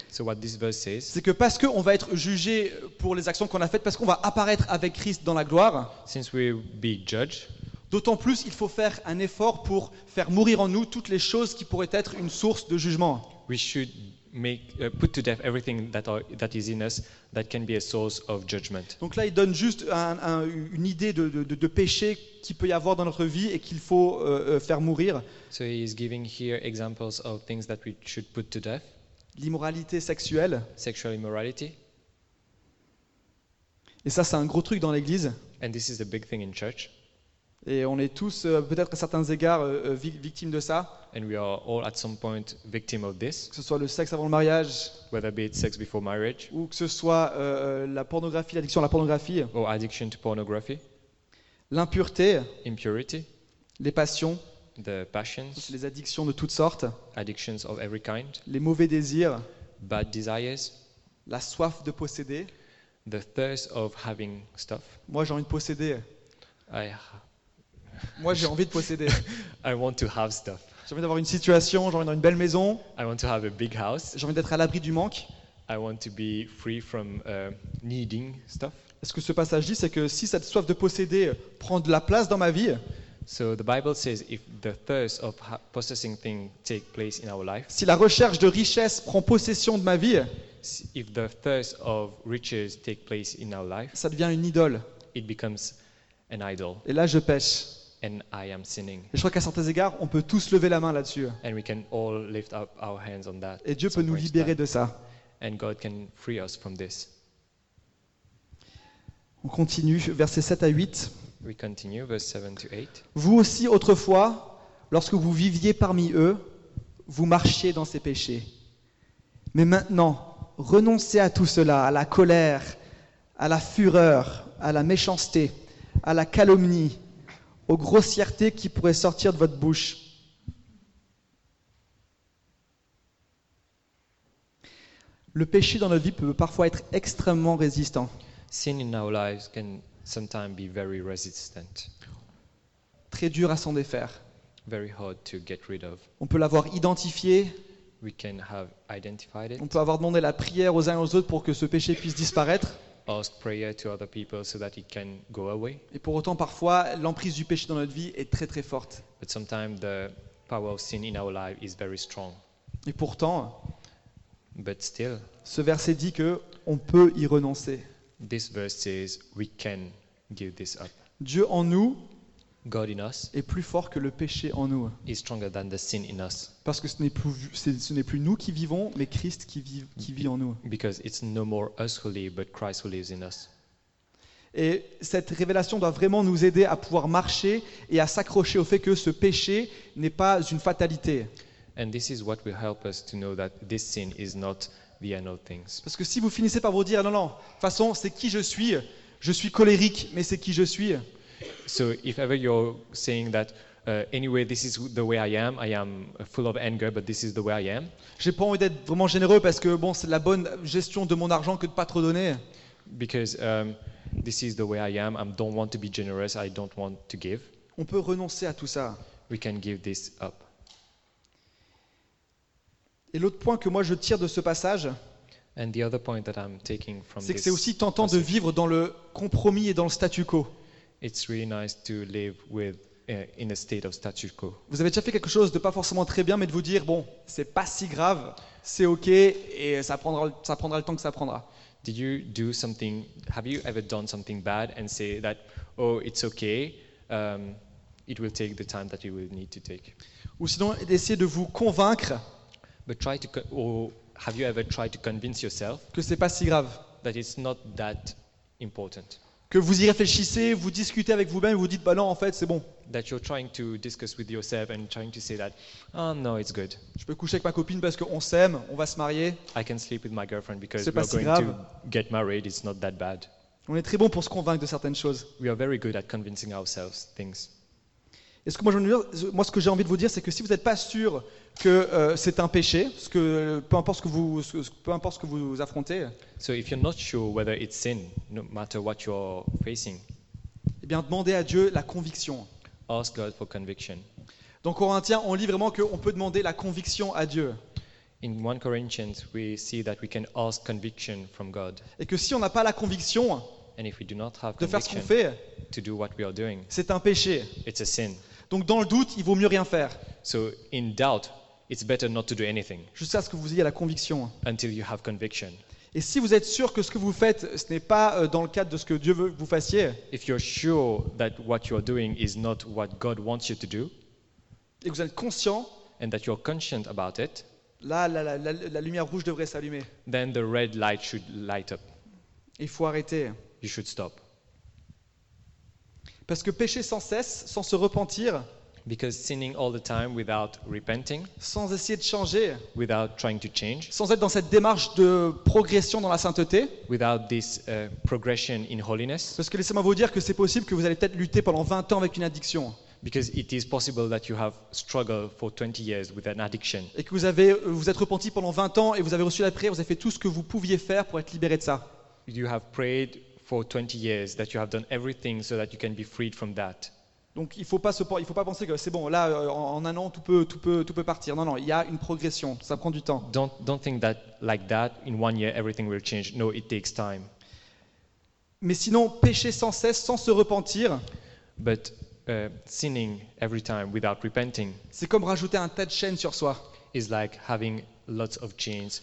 Speaker 1: So what this verse says,
Speaker 2: c'est que parce qu'on va être jugé pour les actions qu'on a faites, parce qu'on va apparaître avec Christ dans la gloire,
Speaker 1: since we will be judged,
Speaker 2: d'autant plus il faut faire un effort pour faire mourir en nous toutes les choses qui pourraient être une source de jugement.
Speaker 1: we should make uh, put to death everything that are that is in us that can be a source of judgment.
Speaker 2: Donc là, il donne juste un- un- une idée de, de- de- de péché qu'il peut y avoir dans notre vie et qu'il faut euh, euh, faire mourir.
Speaker 1: So he is giving here examples of things that we should put to death:
Speaker 2: L'immoralité sexuelle,
Speaker 1: sexual immorality,
Speaker 2: et ça c'est un gros truc dans l'Église.
Speaker 1: and this is the big thing in church,
Speaker 2: Et on est tous, euh, peut-être à certains égards, euh, euh, vi- victimes de ça.
Speaker 1: and we are all at some point victim of this,
Speaker 2: que ce soit le sexe avant le mariage,
Speaker 1: whether be it sex before marriage
Speaker 2: ou que ce soit euh, euh, la pornographie, l'addiction à la pornographie,
Speaker 1: or addiction to pornography,
Speaker 2: l'impureté,
Speaker 1: impurity,
Speaker 2: les passions,
Speaker 1: the
Speaker 2: ça, c'est
Speaker 1: passions,
Speaker 2: les addictions de toutes sortes,
Speaker 1: addictions of every kind,
Speaker 2: les mauvais désirs,
Speaker 1: bad desires,
Speaker 2: la soif de posséder.
Speaker 1: the thirst of having stuff.
Speaker 2: Moi, j'ai envie de posséder.
Speaker 1: I
Speaker 2: Moi, j'ai envie de posséder.
Speaker 1: I want to have stuff.
Speaker 2: J'ai envie d'avoir une situation, j'ai envie d'avoir une belle maison,
Speaker 1: I want to have a big house.
Speaker 2: j'ai envie d'être à l'abri du manque.
Speaker 1: I want to be free from uh, needing stuff.
Speaker 2: Ce que ce passage dit, c'est que si cette soif de posséder prend de la place dans ma vie,
Speaker 1: So the Bible says if the thirst of ha- possessing things take place in our life,
Speaker 2: si la recherche de richesse prend possession de ma vie,
Speaker 1: s- if the thirst of riches take place in our life,
Speaker 2: ça devient une idole.
Speaker 1: it becomes an idol
Speaker 2: Et là, je pêche.
Speaker 1: and I am sinning.
Speaker 2: Et je crois qu'à certains égards, on peut tous lever la main là-dessus.
Speaker 1: And we can all lift up our hands on that.
Speaker 2: Et Dieu
Speaker 1: at
Speaker 2: peut
Speaker 1: some
Speaker 2: nous
Speaker 1: point in
Speaker 2: libérer
Speaker 1: time.
Speaker 2: de ça.
Speaker 1: And God can free us from this.
Speaker 2: On continue, versets 7 à 8.
Speaker 1: We continue, verse 7 to 8.
Speaker 2: Vous aussi autrefois, lorsque vous viviez parmi eux, vous marchiez dans ces péchés. Mais maintenant, renoncez à tout cela, à la colère, à la fureur, à la méchanceté, à la calomnie, aux grossièretés qui pourraient sortir de votre bouche. Le péché dans notre vie peut parfois être extrêmement résistant.
Speaker 1: Sin in our lives can sometimes be very resistant,
Speaker 2: très dur à s'en défaire.
Speaker 1: very hard to get rid of.
Speaker 2: On peut l'avoir identifié,
Speaker 1: we can have identified it,
Speaker 2: On peut avoir demandé la prière aux uns et aux autres pour que ce péché puisse disparaître.
Speaker 1: ask prayer to other people so that it can go away.
Speaker 2: Et pour autant, parfois, l'emprise du péché dans notre vie est très très forte.
Speaker 1: But sometimes the power of sin in our life is very strong.
Speaker 2: Et pourtant,
Speaker 1: But still,
Speaker 2: ce verset dit que on peut y renoncer.
Speaker 1: this verse says we can give this up.
Speaker 2: Dieu en nous
Speaker 1: God in us
Speaker 2: est plus fort que le péché en nous.
Speaker 1: is stronger than the sin in us
Speaker 2: Parce que ce n'est plus, c'est- ce n'est plus nous qui vivons, mais Christ qui vit, qui vit en nous.
Speaker 1: because it's no more us who live, but Christ who lives in us.
Speaker 2: Et cette révélation doit vraiment nous aider à pouvoir marcher et à s'accrocher au fait que ce péché n'est pas une fatalité.
Speaker 1: And this is what will help us to know that this sin is not the end of things.
Speaker 2: Parce que si vous finissez par vous dire non, non, de toute façon, c'est qui je suis, je suis colérique, mais c'est qui je suis,
Speaker 1: So if ever you're saying that uh, anyway, this is the way I am, I am full of anger, but this is the way I am,
Speaker 2: j'ai pas envie d'être vraiment généreux parce que bon, c'est de la bonne gestion de mon argent que de pas trop donner.
Speaker 1: because um, this is the way I am, I don't want to be generous, I don't want to give,
Speaker 2: On peut renoncer à tout ça.
Speaker 1: we can give this up.
Speaker 2: Et l'autre point que moi je tire de ce passage,
Speaker 1: And the other point that I'm taking from
Speaker 2: c'est que
Speaker 1: this,
Speaker 2: c'est aussi tentant de vivre dans le compromis et dans le statu quo.
Speaker 1: it's really nice to live with uh, in a state of statu quo.
Speaker 2: Vous avez déjà fait quelque chose de pas forcément très bien, mais de vous dire bon, c'est pas si grave, c'est ok, et ça prendra, ça prendra le temps que ça prendra.
Speaker 1: Did you do something? Have you ever done something bad and say that, oh, it's okay, um, it will take the time that you will need to take?
Speaker 2: Ou sinon, d'essayer de vous convaincre
Speaker 1: But try to, co- or have you ever tried to convince yourself
Speaker 2: que c'est pas si grave.
Speaker 1: that it's not that important?
Speaker 2: Que vous y réfléchissez, vous discutez avec vous-même, vous dites bah non, en fait, c'est bon,
Speaker 1: That you're trying to discuss with yourself and trying to say that, oh no, it's good.
Speaker 2: je peux coucher avec ma copine parce qu'on s'aime, on va se marier.
Speaker 1: I can sleep with my girlfriend because
Speaker 2: C'est
Speaker 1: we're
Speaker 2: pas si
Speaker 1: going to
Speaker 2: grave.
Speaker 1: get married. It's not that bad.
Speaker 2: On est très bon pour se convaincre de certaines choses.
Speaker 1: We are very good at convincing ourselves things.
Speaker 2: Et ce que moi, je veux dire- ce- moi, ce que j'ai envie de vous dire, c'est que si vous n'êtes pas sûr que euh, c'est un péché, parce que euh, peu importe ce que vous, ce que- peu importe ce que vous affrontez,
Speaker 1: So if you're not sure whether it's sin, no matter what you're facing,
Speaker 2: eh bien demandez à Dieu la conviction.
Speaker 1: ask God for conviction.
Speaker 2: Dans Corinthiens, on lit vraiment qu'on peut demander la conviction à Dieu.
Speaker 1: In 1 Corinthians, we see that we can ask conviction from God.
Speaker 2: Et que si on n'a pas la conviction
Speaker 1: And if we do not have
Speaker 2: de faire ce qu'on
Speaker 1: conviction
Speaker 2: fait,
Speaker 1: to do what we are doing,
Speaker 2: c'est un péché.
Speaker 1: it's a sin.
Speaker 2: Donc dans le doute, il vaut mieux rien faire,
Speaker 1: So in doubt, it's better not to do anything
Speaker 2: jusqu'à ce que vous ayez la conviction.
Speaker 1: until you have conviction.
Speaker 2: Et si vous êtes sûr que ce que vous faites, ce n'est pas euh, dans le cadre de ce que Dieu veut que vous fassiez,
Speaker 1: If you're sure that what you are doing is not what God wants you to do,
Speaker 2: et que vous êtes conscient,
Speaker 1: and that you're conscient about it,
Speaker 2: là, la, la- la- la lumière rouge devrait s'allumer.
Speaker 1: then the red light should light up.
Speaker 2: Il faut arrêter.
Speaker 1: You should stop.
Speaker 2: Parce que pécher sans cesse, sans se repentir,
Speaker 1: Because sinning all the time without repenting,
Speaker 2: sans essayer de changer,
Speaker 1: without trying to change,
Speaker 2: sans être dans cette démarche de progression dans la sainteté,
Speaker 1: without this uh, progression in holiness,
Speaker 2: parce que laissez-moi vous dire que c'est possible que vous allez peut-être lutter pendant 20 ans avec une addiction.
Speaker 1: because it is possible that you have struggled for 20 years with an addiction
Speaker 2: et que vous avez, euh, vous êtes repenti pendant 20 ans et vous avez reçu la prière, vous avez fait tout ce que vous pouviez faire pour être libéré de ça.
Speaker 1: you have prayed for 20 years that you have done everything so that you can be freed from that
Speaker 2: Donc il ne faut, pas se pen- il faut pas penser que c'est bon, là euh, en en un an tout peut, tout, peut, tout peut partir. Non, non, il y a une progression, ça prend du temps.
Speaker 1: don't don't think that like that in one year everything will change no it takes time
Speaker 2: Mais sinon, pécher sans cesse, sans se repentir,
Speaker 1: but uh, sinning every time without repenting
Speaker 2: c'est comme rajouter un tas de chaînes sur soi.
Speaker 1: is like having lots of chains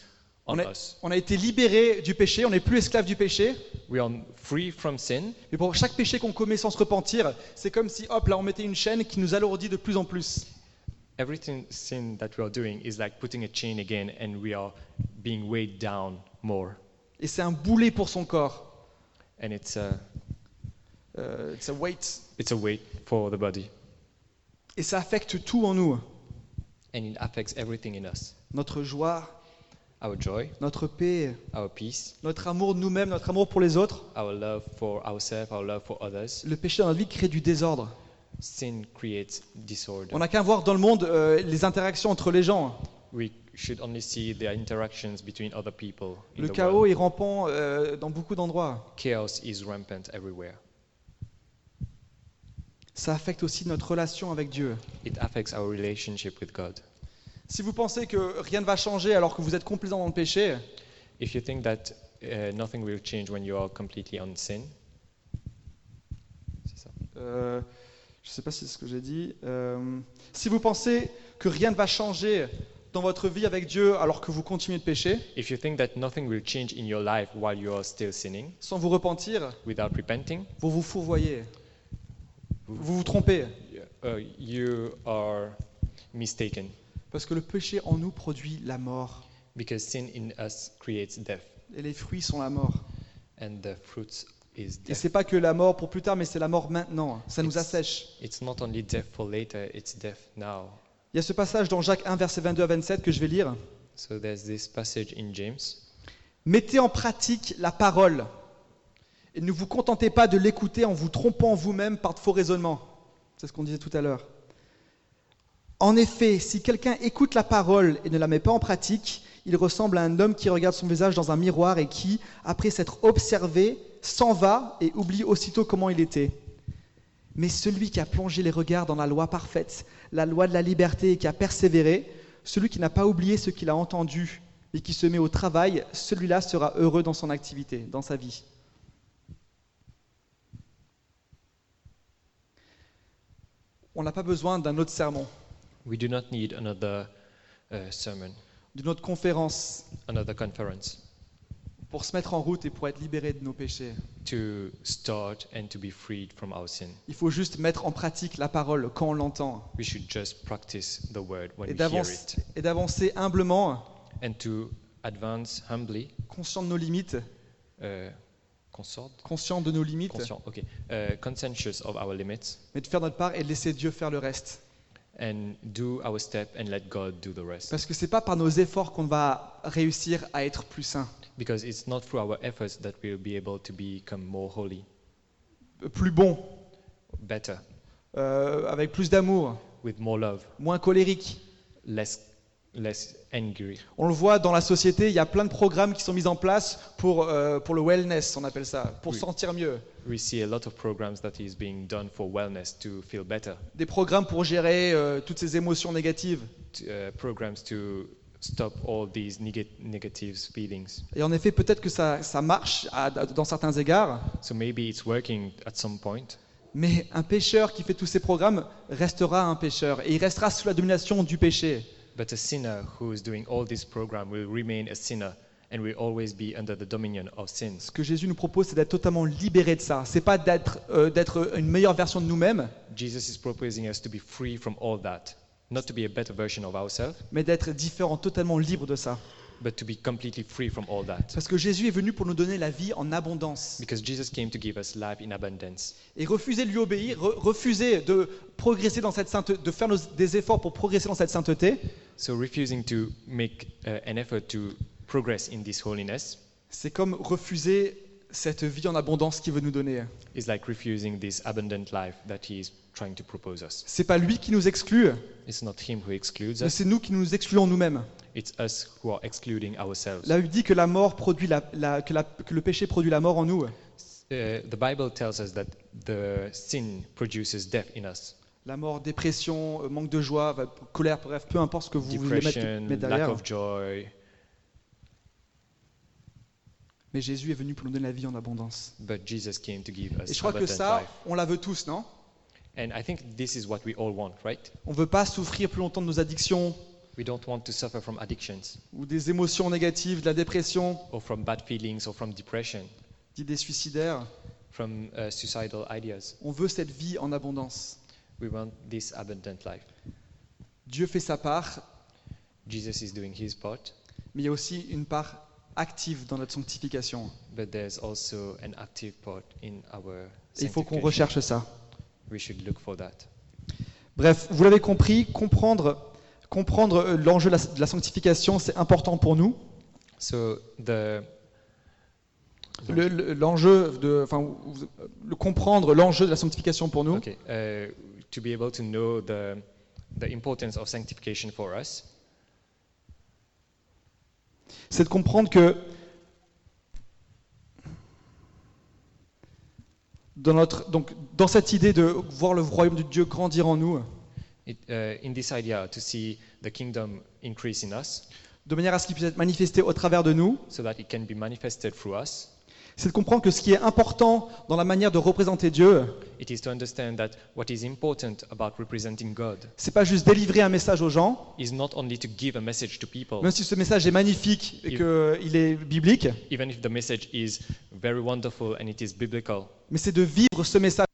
Speaker 2: On
Speaker 1: on
Speaker 2: a,
Speaker 1: us
Speaker 2: on a été libéré du péché, on n'est plus esclave du péché.
Speaker 1: we are free from sin
Speaker 2: Mais pour chaque péché qu'on commet sans se repentir, c'est comme si, hop, là, on mettait une chaîne qui nous alourdit de plus en plus.
Speaker 1: everything sin that we are doing is like putting a chain again and we are being weighed down more
Speaker 2: Et c'est un boulet pour son corps.
Speaker 1: and it's uh, a
Speaker 2: Euh, it's a weight.
Speaker 1: it's a weight for the body
Speaker 2: Et ça affecte tout en nous.
Speaker 1: and it affects everything in us
Speaker 2: notre joie,
Speaker 1: our joy
Speaker 2: notre paix,
Speaker 1: our peace
Speaker 2: notre amour de nous-mêmes, notre amour pour les autres.
Speaker 1: our love for ourselves our love for others
Speaker 2: Le péché dans notre vie crée du désordre.
Speaker 1: sin creates disorder
Speaker 2: On n'a qu'à voir dans le monde euh, les interactions entre les gens.
Speaker 1: we should only see the interactions between other people in
Speaker 2: Le
Speaker 1: the
Speaker 2: chaos
Speaker 1: world.
Speaker 2: est rampant euh, dans beaucoup d'endroits.
Speaker 1: chaos is rampant everywhere
Speaker 2: Ça affecte aussi notre relation avec Dieu.
Speaker 1: it affects our relationship with god
Speaker 2: Si vous pensez que rien ne va changer alors que vous êtes complaisant dans le péché,
Speaker 1: If you think that uh, nothing will change when you are completely on sin, c'est ça.
Speaker 2: euh, je ne sais pas si c'est ce que j'ai dit, euh, si vous pensez que rien ne va changer dans votre vie avec Dieu alors que vous continuez de pécher,
Speaker 1: If you think that nothing will change in your life while you are still sinning,
Speaker 2: sans vous repentir,
Speaker 1: without repenting,
Speaker 2: vous vous fourvoyez, vous vous trompez,
Speaker 1: uh, you are mistaken
Speaker 2: parce que le péché en nous produit la mort,
Speaker 1: because sin in us creates death,
Speaker 2: et les fruits sont la mort.
Speaker 1: and the fruit is
Speaker 2: Et
Speaker 1: death.
Speaker 2: c'est pas que la mort pour plus tard, mais c'est la mort maintenant. Ça nous
Speaker 1: It's-
Speaker 2: assèche.
Speaker 1: It's not only death for later, it's death now.
Speaker 2: Il y a ce passage dans Jacques 1, versets 22 à 27 que je vais lire.
Speaker 1: So there's this passage in James.
Speaker 2: Mettez en pratique la parole et ne vous contentez pas de l'écouter en vous trompant vous-même par de faux raisonnements. C'est ce qu'on disait tout à l'heure. En effet, si quelqu'un écoute la parole et ne la met pas en pratique, il ressemble à un homme qui regarde son visage dans un miroir et qui, après s'être observé, s'en va et oublie aussitôt comment il était. Mais celui qui a plongé les regards dans la loi parfaite, la loi de la liberté et qui a persévéré, celui qui n'a pas oublié ce qu'il a entendu et qui se met au travail, celui-là sera heureux dans son activité, dans sa vie. On n'a pas besoin d'un autre sermon,
Speaker 1: We do not need another uh, sermon,
Speaker 2: d'une autre conférence
Speaker 1: another conference
Speaker 2: pour se mettre en route et pour être libéré de nos péchés.
Speaker 1: to start and to be freed from our sin.
Speaker 2: Il faut juste mettre en pratique la parole quand on l'entend
Speaker 1: We should just practice the word when we
Speaker 2: et
Speaker 1: hear
Speaker 2: d'avancer-
Speaker 1: it
Speaker 2: et d'avancer humblement,
Speaker 1: and to advance humbly,
Speaker 2: conscient de nos limites,
Speaker 1: uh, consort,
Speaker 2: conscient de nos limites,
Speaker 1: conscient, okay, uh, conscientious of our limits,
Speaker 2: mais de faire notre part et de laisser Dieu faire le reste.
Speaker 1: and do our step and let God do the rest.
Speaker 2: Parce que c'est pas par nos efforts qu'on va réussir à être plus saint,
Speaker 1: Because it's not through our efforts that we'll be able to become more holy,
Speaker 2: euh, plus bon,
Speaker 1: better,
Speaker 2: euh, avec plus d'amour,
Speaker 1: with more love,
Speaker 2: moins colérique.
Speaker 1: less, less angry.
Speaker 2: On le voit dans la société, il y a plein de programmes qui sont mis en place pour, euh, pour le wellness, on appelle ça, pour
Speaker 1: Oui.
Speaker 2: sentir mieux.
Speaker 1: We see a lot of programs that is being done for wellness to feel better,
Speaker 2: Des programmes pour gérer euh, toutes ces émotions négatives.
Speaker 1: t- uh, programs to stop all these nega- negative feelings.
Speaker 2: Et en effet, peut-être que ça, ça marche à- dans certains égards,
Speaker 1: So maybe it's working at some point,
Speaker 2: mais un pécheur qui fait tous ces programmes restera un pécheur et il restera sous la domination du péché.
Speaker 1: but a sinner who is doing all this program will remain a sinner and will always be under the dominion of sins.
Speaker 2: Ce que Jésus nous propose, c'est d'être totalement libéré de ça. C'est pas d'être euh, d'être une meilleure version de nous-mêmes,
Speaker 1: Jesus is proposing us to be free from all that, not to be a better version of ourselves,
Speaker 2: mais d'être différent, totalement libre de ça.
Speaker 1: but to be completely free from all that.
Speaker 2: Parce que Jésus est venu pour nous donner la vie en abondance.
Speaker 1: Because Jesus came to give us life in abundance.
Speaker 2: Et refuser de lui obéir, re- refuser de progresser dans cette sainteté, de faire nos- des efforts pour progresser dans cette sainteté,
Speaker 1: So refusing to make uh, an effort to progress in this holiness
Speaker 2: c'est comme refuser cette vie en abondance qu'il veut nous donner.
Speaker 1: is like refusing this abundant life that he is trying to propose us.
Speaker 2: C'est pas lui qui nous exclut,
Speaker 1: It's not him who excludes
Speaker 2: mais
Speaker 1: us,
Speaker 2: c'est nous qui nous excluons nous-mêmes.
Speaker 1: it's us who are excluding ourselves.
Speaker 2: La Bible dit que la mort produit la- la- que, la- que le péché produit la mort en nous.
Speaker 1: Uh, the Bible tells us that the sin produces death in us.
Speaker 2: La mort, dépression, euh, manque de joie, va- colère, bref, peu importe ce que vous voulez mettre,
Speaker 1: Depression,
Speaker 2: mettre
Speaker 1: lack
Speaker 2: derrière.
Speaker 1: of joy,
Speaker 2: Mais Jésus est venu pour nous donner la vie en abondance.
Speaker 1: but Jesus came to give
Speaker 2: Et je
Speaker 1: us
Speaker 2: crois que
Speaker 1: abundant
Speaker 2: ça,
Speaker 1: life.
Speaker 2: on la veut tous, non
Speaker 1: And I think this is what we all want, right?
Speaker 2: On veut pas souffrir plus longtemps de nos addictions
Speaker 1: We don't want to suffer from addictions
Speaker 2: ou des émotions négatives, de la dépression,
Speaker 1: or from bad feelings or from depression,
Speaker 2: d'idées suicidaires.
Speaker 1: from uh, suicidal ideas.
Speaker 2: On veut cette vie en abondance.
Speaker 1: We want this abundant life.
Speaker 2: Dieu fait sa part,
Speaker 1: Jesus is doing his part,
Speaker 2: mais il y a aussi une part active dans notre sanctification.
Speaker 1: but there's also an active part in our
Speaker 2: Et il faut
Speaker 1: sanctification.
Speaker 2: qu'on recherche ça.
Speaker 1: We should look for that.
Speaker 2: Bref, vous l'avez compris, comprendre, comprendre euh, l'enjeu de la- de la sanctification, c'est important pour nous.
Speaker 1: So the
Speaker 2: Le- le- L'enjeu de, enfin, vous- le comprendre l'enjeu de la sanctification pour nous,
Speaker 1: okay, uh, to be able to know the the importance of sanctification for us
Speaker 2: c'est de comprendre que dans notre, donc dans cette idée de voir le royaume de Dieu grandir en nous,
Speaker 1: it, uh, in this idea to see the kingdom increase in us
Speaker 2: de manière à ce qu'il puisse être manifesté au travers de nous,
Speaker 1: so that it can be manifested through us.
Speaker 2: c'est de comprendre que ce qui est important dans la manière de représenter Dieu,
Speaker 1: It is to understand that what is important about representing God
Speaker 2: c'est pas juste délivrer un message aux gens,
Speaker 1: is not only to give a message to people,
Speaker 2: même si ce message est magnifique et qu'il est biblique,
Speaker 1: even if the message is very wonderful and it is biblical,
Speaker 2: mais c'est de vivre ce message.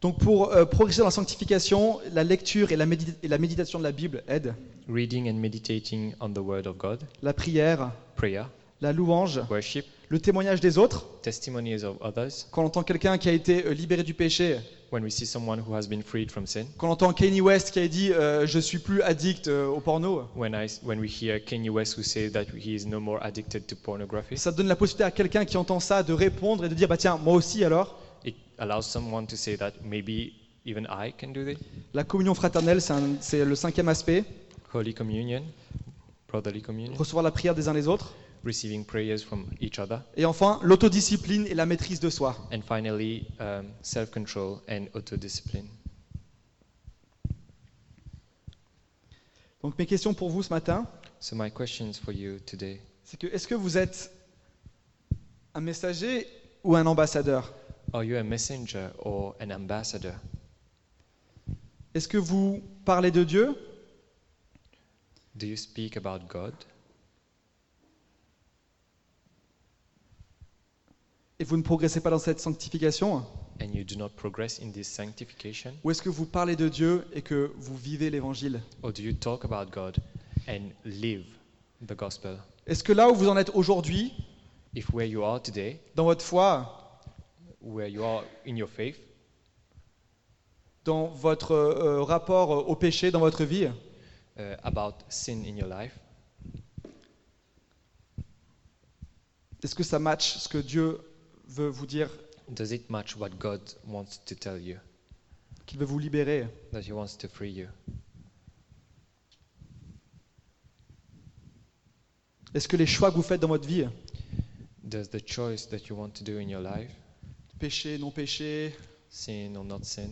Speaker 2: Donc pour euh, progresser dans la sanctification, la lecture et la, médi- et la méditation de la Bible aident.
Speaker 1: reading and meditating on the Word of God,
Speaker 2: La prière,
Speaker 1: prayer,
Speaker 2: la louange,
Speaker 1: worship,
Speaker 2: le témoignage des autres.
Speaker 1: testimonies of others.
Speaker 2: Quand on entend quelqu'un qui a été euh, libéré du péché,
Speaker 1: When we see someone who has been freed from sin,
Speaker 2: quand on entend Kanye West qui a dit euh, je suis plus addict euh, au porno,
Speaker 1: when, I, when we hear Kanye West who says that he is no more addicted to pornography,
Speaker 2: ça donne la possibilité à quelqu'un qui entend ça de répondre et de dire bah tiens moi aussi alors.
Speaker 1: it allows someone to say that maybe even I can do this.
Speaker 2: La communion fraternelle, c'est un- c'est le cinquième aspect.
Speaker 1: Holy Communion, brotherly communion,
Speaker 2: recevoir la prière des uns les autres,
Speaker 1: receiving prayers from each other,
Speaker 2: et enfin l'autodiscipline et la maîtrise de soi.
Speaker 1: and finally um, self-control and auto-discipline.
Speaker 2: Donc mes questions pour vous ce matin,
Speaker 1: So my questions for you today:
Speaker 2: c'est que est-ce que vous êtes un messager ou un ambassadeur
Speaker 1: Are you a messenger or an ambassador?
Speaker 2: Est-ce que vous parlez de Dieu
Speaker 1: Do you speak about God
Speaker 2: et vous ne progressez pas dans cette sanctification
Speaker 1: and you do not progress in this sanctification,
Speaker 2: Ou est-ce que vous parlez de Dieu et que vous vivez l'Évangile
Speaker 1: or do you talk about God and live the gospel?
Speaker 2: Est-ce que là où vous en êtes aujourd'hui,
Speaker 1: If where you are today,
Speaker 2: dans votre foi,
Speaker 1: where you are in your faith,
Speaker 2: dans votre euh, euh, rapport euh, au péché, dans votre vie,
Speaker 1: uh, about sin in your life,
Speaker 2: est-ce que ça matche ce que Dieu veut vous dire,
Speaker 1: does it match what God wants to tell you?
Speaker 2: qu'il veut vous libérer
Speaker 1: That He wants to free you?
Speaker 2: Est-ce que les choix que vous faites dans votre vie
Speaker 1: Does the choice that you want to do in your life,
Speaker 2: péché, non péché,
Speaker 1: sin or not sin,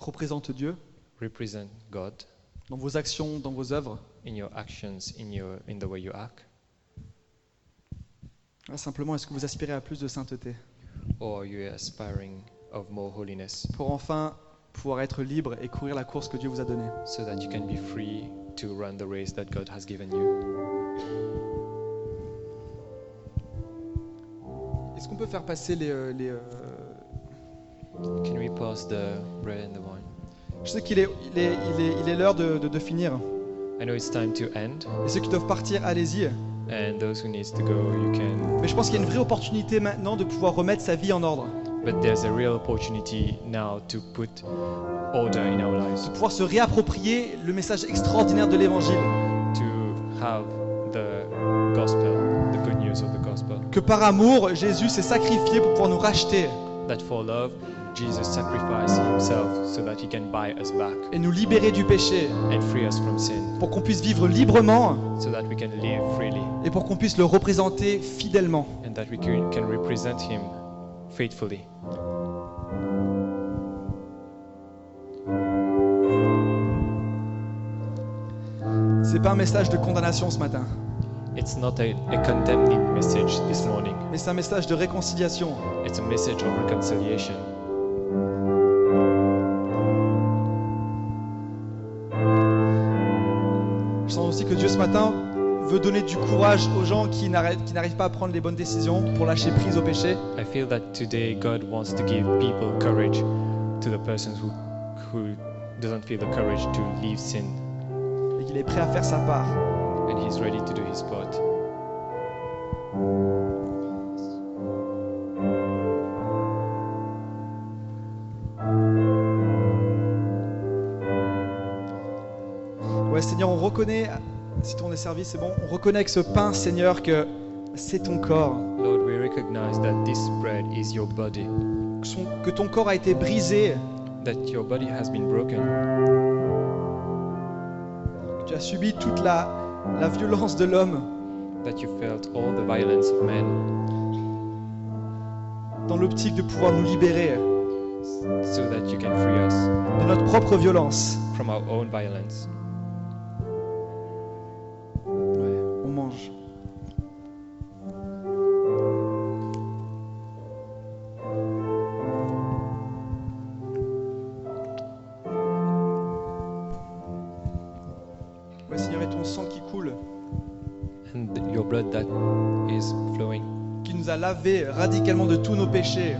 Speaker 2: représente Dieu
Speaker 1: represent God
Speaker 2: dans vos actions, dans vos œuvres.
Speaker 1: in your actions, in your in the way you act,
Speaker 2: Ah, Simplement, est-ce que vous aspirez à plus de sainteté
Speaker 1: or are you aspiring of more holiness
Speaker 2: pour enfin pouvoir être libre et courir la course que Dieu vous a donnée
Speaker 1: so that you can be free to run the race that God has given you?
Speaker 2: Est-ce qu'on peut faire passer les... euh, les, euh,
Speaker 1: Can we pass the bread and the wine?
Speaker 2: Je sais qu'il est il est- il est- il est l'heure de, de- de finir.
Speaker 1: I know it's time to end,
Speaker 2: Et ceux qui doivent partir, allez-y.
Speaker 1: and those who needs to go, you can.
Speaker 2: Mais je pense qu'il y a une vraie opportunité maintenant de pouvoir remettre sa vie en ordre,
Speaker 1: But there's a real opportunity now to put order in our lives,
Speaker 2: de pouvoir se réapproprier le message extraordinaire de l'Évangile.
Speaker 1: to have the gospel, the good news of the gospel.
Speaker 2: Que par amour, Jésus s'est sacrifié pour pouvoir nous racheter
Speaker 1: that for love, Jesus sacrificed himself so that he can buy us back
Speaker 2: et nous libérer du péché,
Speaker 1: and free us from sin,
Speaker 2: pour qu'on puisse vivre librement
Speaker 1: so that we can live freely
Speaker 2: et pour qu'on puisse le représenter fidèlement.
Speaker 1: and that we can, can represent him faithfully.
Speaker 2: C'est pas un message de condamnation ce matin,
Speaker 1: It's not a, a condemning message this morning,
Speaker 2: mais c'est un message de réconciliation.
Speaker 1: it's a message of reconciliation.
Speaker 2: Je sens aussi que Dieu ce matin veut donner du courage aux gens qui n'arrêtent- qui n'arrivent pas à prendre les bonnes décisions pour lâcher prise au péché.
Speaker 1: I feel that today God wants to give people courage to the persons who, who doesn't feel the courage to leave sin
Speaker 2: et qu'il est prêt à faire sa part.
Speaker 1: and he's ready to do his part.
Speaker 2: Ouais Seigneur, on reconnaît, si on est servi c'est bon, on reconnaît avec ce pain Seigneur que c'est ton corps,
Speaker 1: Lord, we recognize that this bread is your body.
Speaker 2: que, son- que ton corps a été brisé,
Speaker 1: that your body has been broken,
Speaker 2: que tu as subi toute la, la violence de l'homme,
Speaker 1: that you felt all the violence of man,
Speaker 2: dans l'optique de pouvoir nous libérer
Speaker 1: so that you can free us
Speaker 2: de notre propre violence.
Speaker 1: from our own violence.
Speaker 2: On mange. Ouais, Seigneur, et ton sang qui coule,
Speaker 1: And th- your blood that is flowing,
Speaker 2: qui nous a lavé radicalement de tous nos péchés,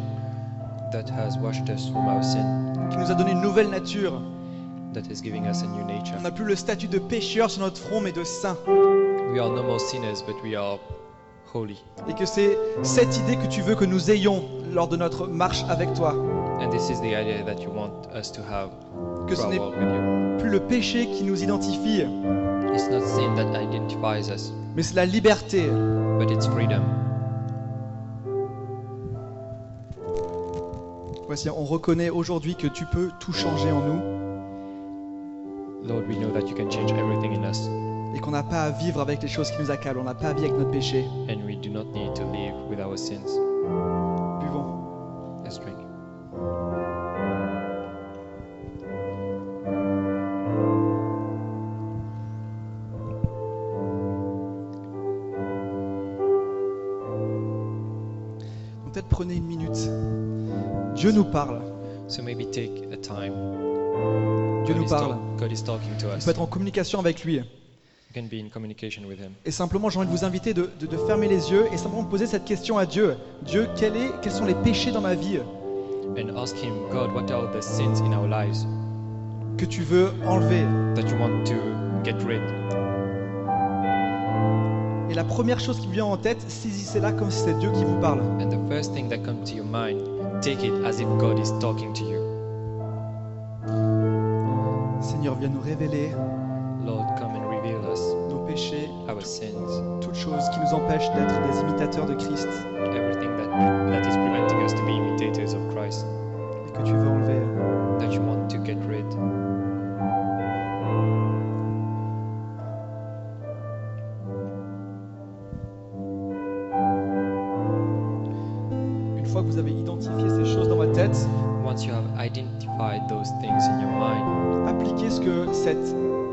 Speaker 1: that has washed us from our sin,
Speaker 2: qui nous a donné une nouvelle nature.
Speaker 1: that is giving us a new nature.
Speaker 2: On n'a plus le statut de pécheur sur notre front, mais de saint.
Speaker 1: We are no more sinners, but we are holy.
Speaker 2: Et que c'est cette idée que tu veux que nous ayons lors de notre marche avec toi.
Speaker 1: And this is the idea that you want us to have
Speaker 2: Que
Speaker 1: for
Speaker 2: ce
Speaker 1: our
Speaker 2: n'est
Speaker 1: walk with you.
Speaker 2: plus le péché qui nous identifie,
Speaker 1: It's not sin that identifies us,
Speaker 2: mais c'est la liberté.
Speaker 1: but it's freedom.
Speaker 2: Voici, on reconnaît aujourd'hui que tu peux tout changer en nous
Speaker 1: Lord, we know that you can change everything in us,
Speaker 2: et qu'on n'a pas à vivre avec les choses qui nous accablent, on n'a pas à vivre avec notre péché.
Speaker 1: and we do not need to live with our sins.
Speaker 2: Buvons.
Speaker 1: Let's drink.
Speaker 2: Donc, Peut-être prenez une minute. Dieu nous parle.
Speaker 1: So maybe take a time.
Speaker 2: Dieu
Speaker 1: God
Speaker 2: nous
Speaker 1: is
Speaker 2: parle.
Speaker 1: talk- God is talking to
Speaker 2: On
Speaker 1: us.
Speaker 2: peut être en communication avec lui.
Speaker 1: You can be in communication with Him.
Speaker 2: Et simplement, j'ai envie de vous inviter de, de- de fermer les yeux et simplement de poser cette question à Dieu. Dieu, quel est- quels sont les péchés dans ma vie
Speaker 1: and ask Him, God, what are the sins in our lives
Speaker 2: que tu veux enlever
Speaker 1: that you want to get rid?
Speaker 2: Et la première chose qui me vient en tête, saisissez-la comme si c'est Dieu qui vous parle.
Speaker 1: And the first thing that comes to your mind, take it as if God is talking to you.
Speaker 2: Seigneur, viens nous révéler
Speaker 1: Lord, come and reveal us
Speaker 2: nos péchés,
Speaker 1: our sins,
Speaker 2: toutes choses qui nous empêchent d'être des imitateurs de Christ
Speaker 1: everything that, that is preventing us to be imitators of Christ,
Speaker 2: et que tu veux enlever.
Speaker 1: that you want to get rid.
Speaker 2: Une fois que vous avez identifié ces choses dans votre tête,
Speaker 1: Once you have identified those things in your mind,
Speaker 2: appliquez ce que cette,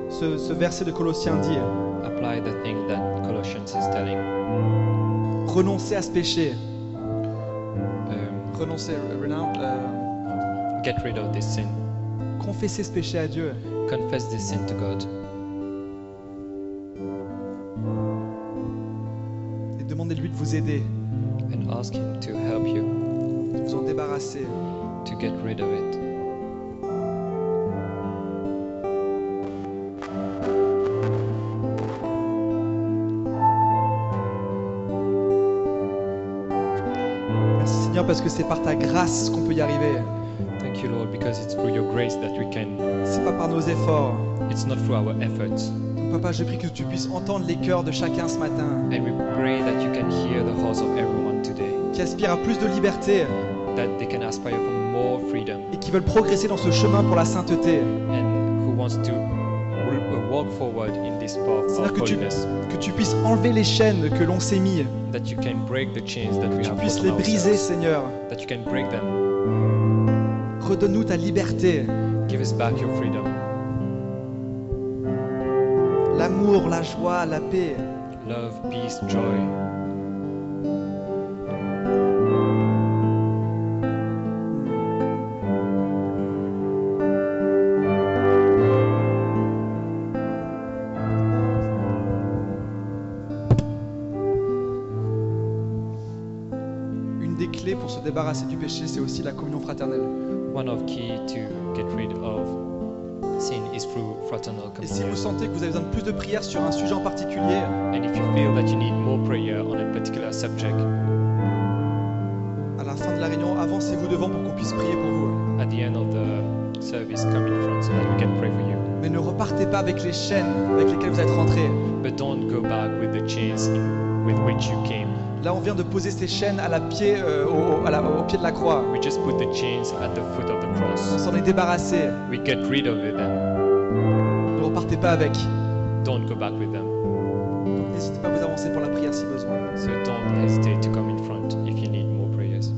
Speaker 2: ce, ce verset de Colossiens dit.
Speaker 1: apply the thing that Colossians is telling.
Speaker 2: Renoncez à ce péché.
Speaker 1: Um,
Speaker 2: Renoncez, euh, renounce, euh,
Speaker 1: get rid of this sin.
Speaker 2: confessez ce péché à Dieu.
Speaker 1: Confess this sin to God
Speaker 2: Et demandez-lui de vous aider,
Speaker 1: and ask Him to help you
Speaker 2: de vous en débarrasser.
Speaker 1: to get rid of it.
Speaker 2: Merci Seigneur parce que c'est par ta grâce qu'on peut y arriver.
Speaker 1: Thank you, Lord, because it's through your grace that we can.
Speaker 2: C'est pas par nos efforts.
Speaker 1: It's not through our efforts.
Speaker 2: Papa, je prie que tu puisses entendre les cœurs de chacun ce matin,
Speaker 1: And we pray that you can hear the hearts of everyone today,
Speaker 2: qui aspirent à plus de liberté
Speaker 1: that they can aspire for more freedom,
Speaker 2: et qui veulent progresser dans ce chemin pour la sainteté.
Speaker 1: and who wants to w- walk forward in this path
Speaker 2: Seigneur,
Speaker 1: of
Speaker 2: que tu-
Speaker 1: holiness,
Speaker 2: Que tu puisses enlever les chaînes que l'on s'est mis, que
Speaker 1: that you can break the chains that we
Speaker 2: tu
Speaker 1: have put
Speaker 2: puisses
Speaker 1: on
Speaker 2: les briser,
Speaker 1: ourselves,
Speaker 2: Seigneur.
Speaker 1: that you can break them.
Speaker 2: Redonne-nous ta liberté,
Speaker 1: Give us back your freedom,
Speaker 2: l'amour, la joie, la paix.
Speaker 1: love, peace, joy.
Speaker 2: Une des clés pour se débarrasser du péché, c'est aussi la communion fraternelle.
Speaker 1: One of key to get rid of sin is through fraternal
Speaker 2: Et si vous
Speaker 1: communion.
Speaker 2: sentez que vous avez besoin de plus de prières sur un sujet en particulier,
Speaker 1: And if you feel that you need more prayer on a particular subject,
Speaker 2: à la fin de la réunion, avancez-vous devant pour qu'on puisse prier pour vous.
Speaker 1: at the end of the service come in front so that we can pray for you.
Speaker 2: Mais ne repartez pas avec les chaînes avec lesquelles vous êtes rentrés.
Speaker 1: But don't go back with the chains in- with which you came.
Speaker 2: Là, on vient de poser ces chaînes à la pied, euh, au, au- à la- au pied de la croix.
Speaker 1: We just put the chains at the foot of the
Speaker 2: On
Speaker 1: cross.
Speaker 2: s'en est débarrassé.
Speaker 1: We get rid of it and
Speaker 2: Ne repartez pas avec.
Speaker 1: don't go back with them.
Speaker 2: N'hésitez pas à vous avancer pour la prière si besoin.
Speaker 1: So don't hesitate to come in front if you need more prayers.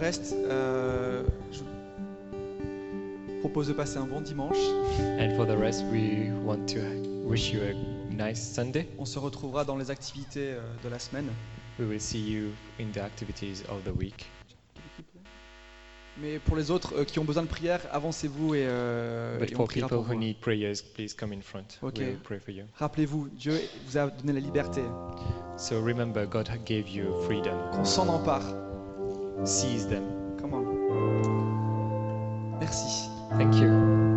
Speaker 2: reste, euh, je vous propose de passer un bon dimanche.
Speaker 1: And for the rest, we want to wish you a nice Sunday.
Speaker 2: On se retrouvera dans les activités euh, de la semaine.
Speaker 1: We will see you in the activities of the week.
Speaker 2: Mais pour les autres euh, qui ont besoin de prière, avancez-vous et, euh,
Speaker 1: But
Speaker 2: et on
Speaker 1: for
Speaker 2: priera
Speaker 1: people
Speaker 2: pour
Speaker 1: who
Speaker 2: vous.
Speaker 1: need prayers, please come in front.
Speaker 2: Ok.
Speaker 1: We'll pray for you.
Speaker 2: Rappelez-vous, Dieu vous a donné la liberté.
Speaker 1: So remember, God gave you freedom.
Speaker 2: Qu'on s'en empare.
Speaker 1: Seize them.
Speaker 2: Comment Merci.
Speaker 1: Thank you.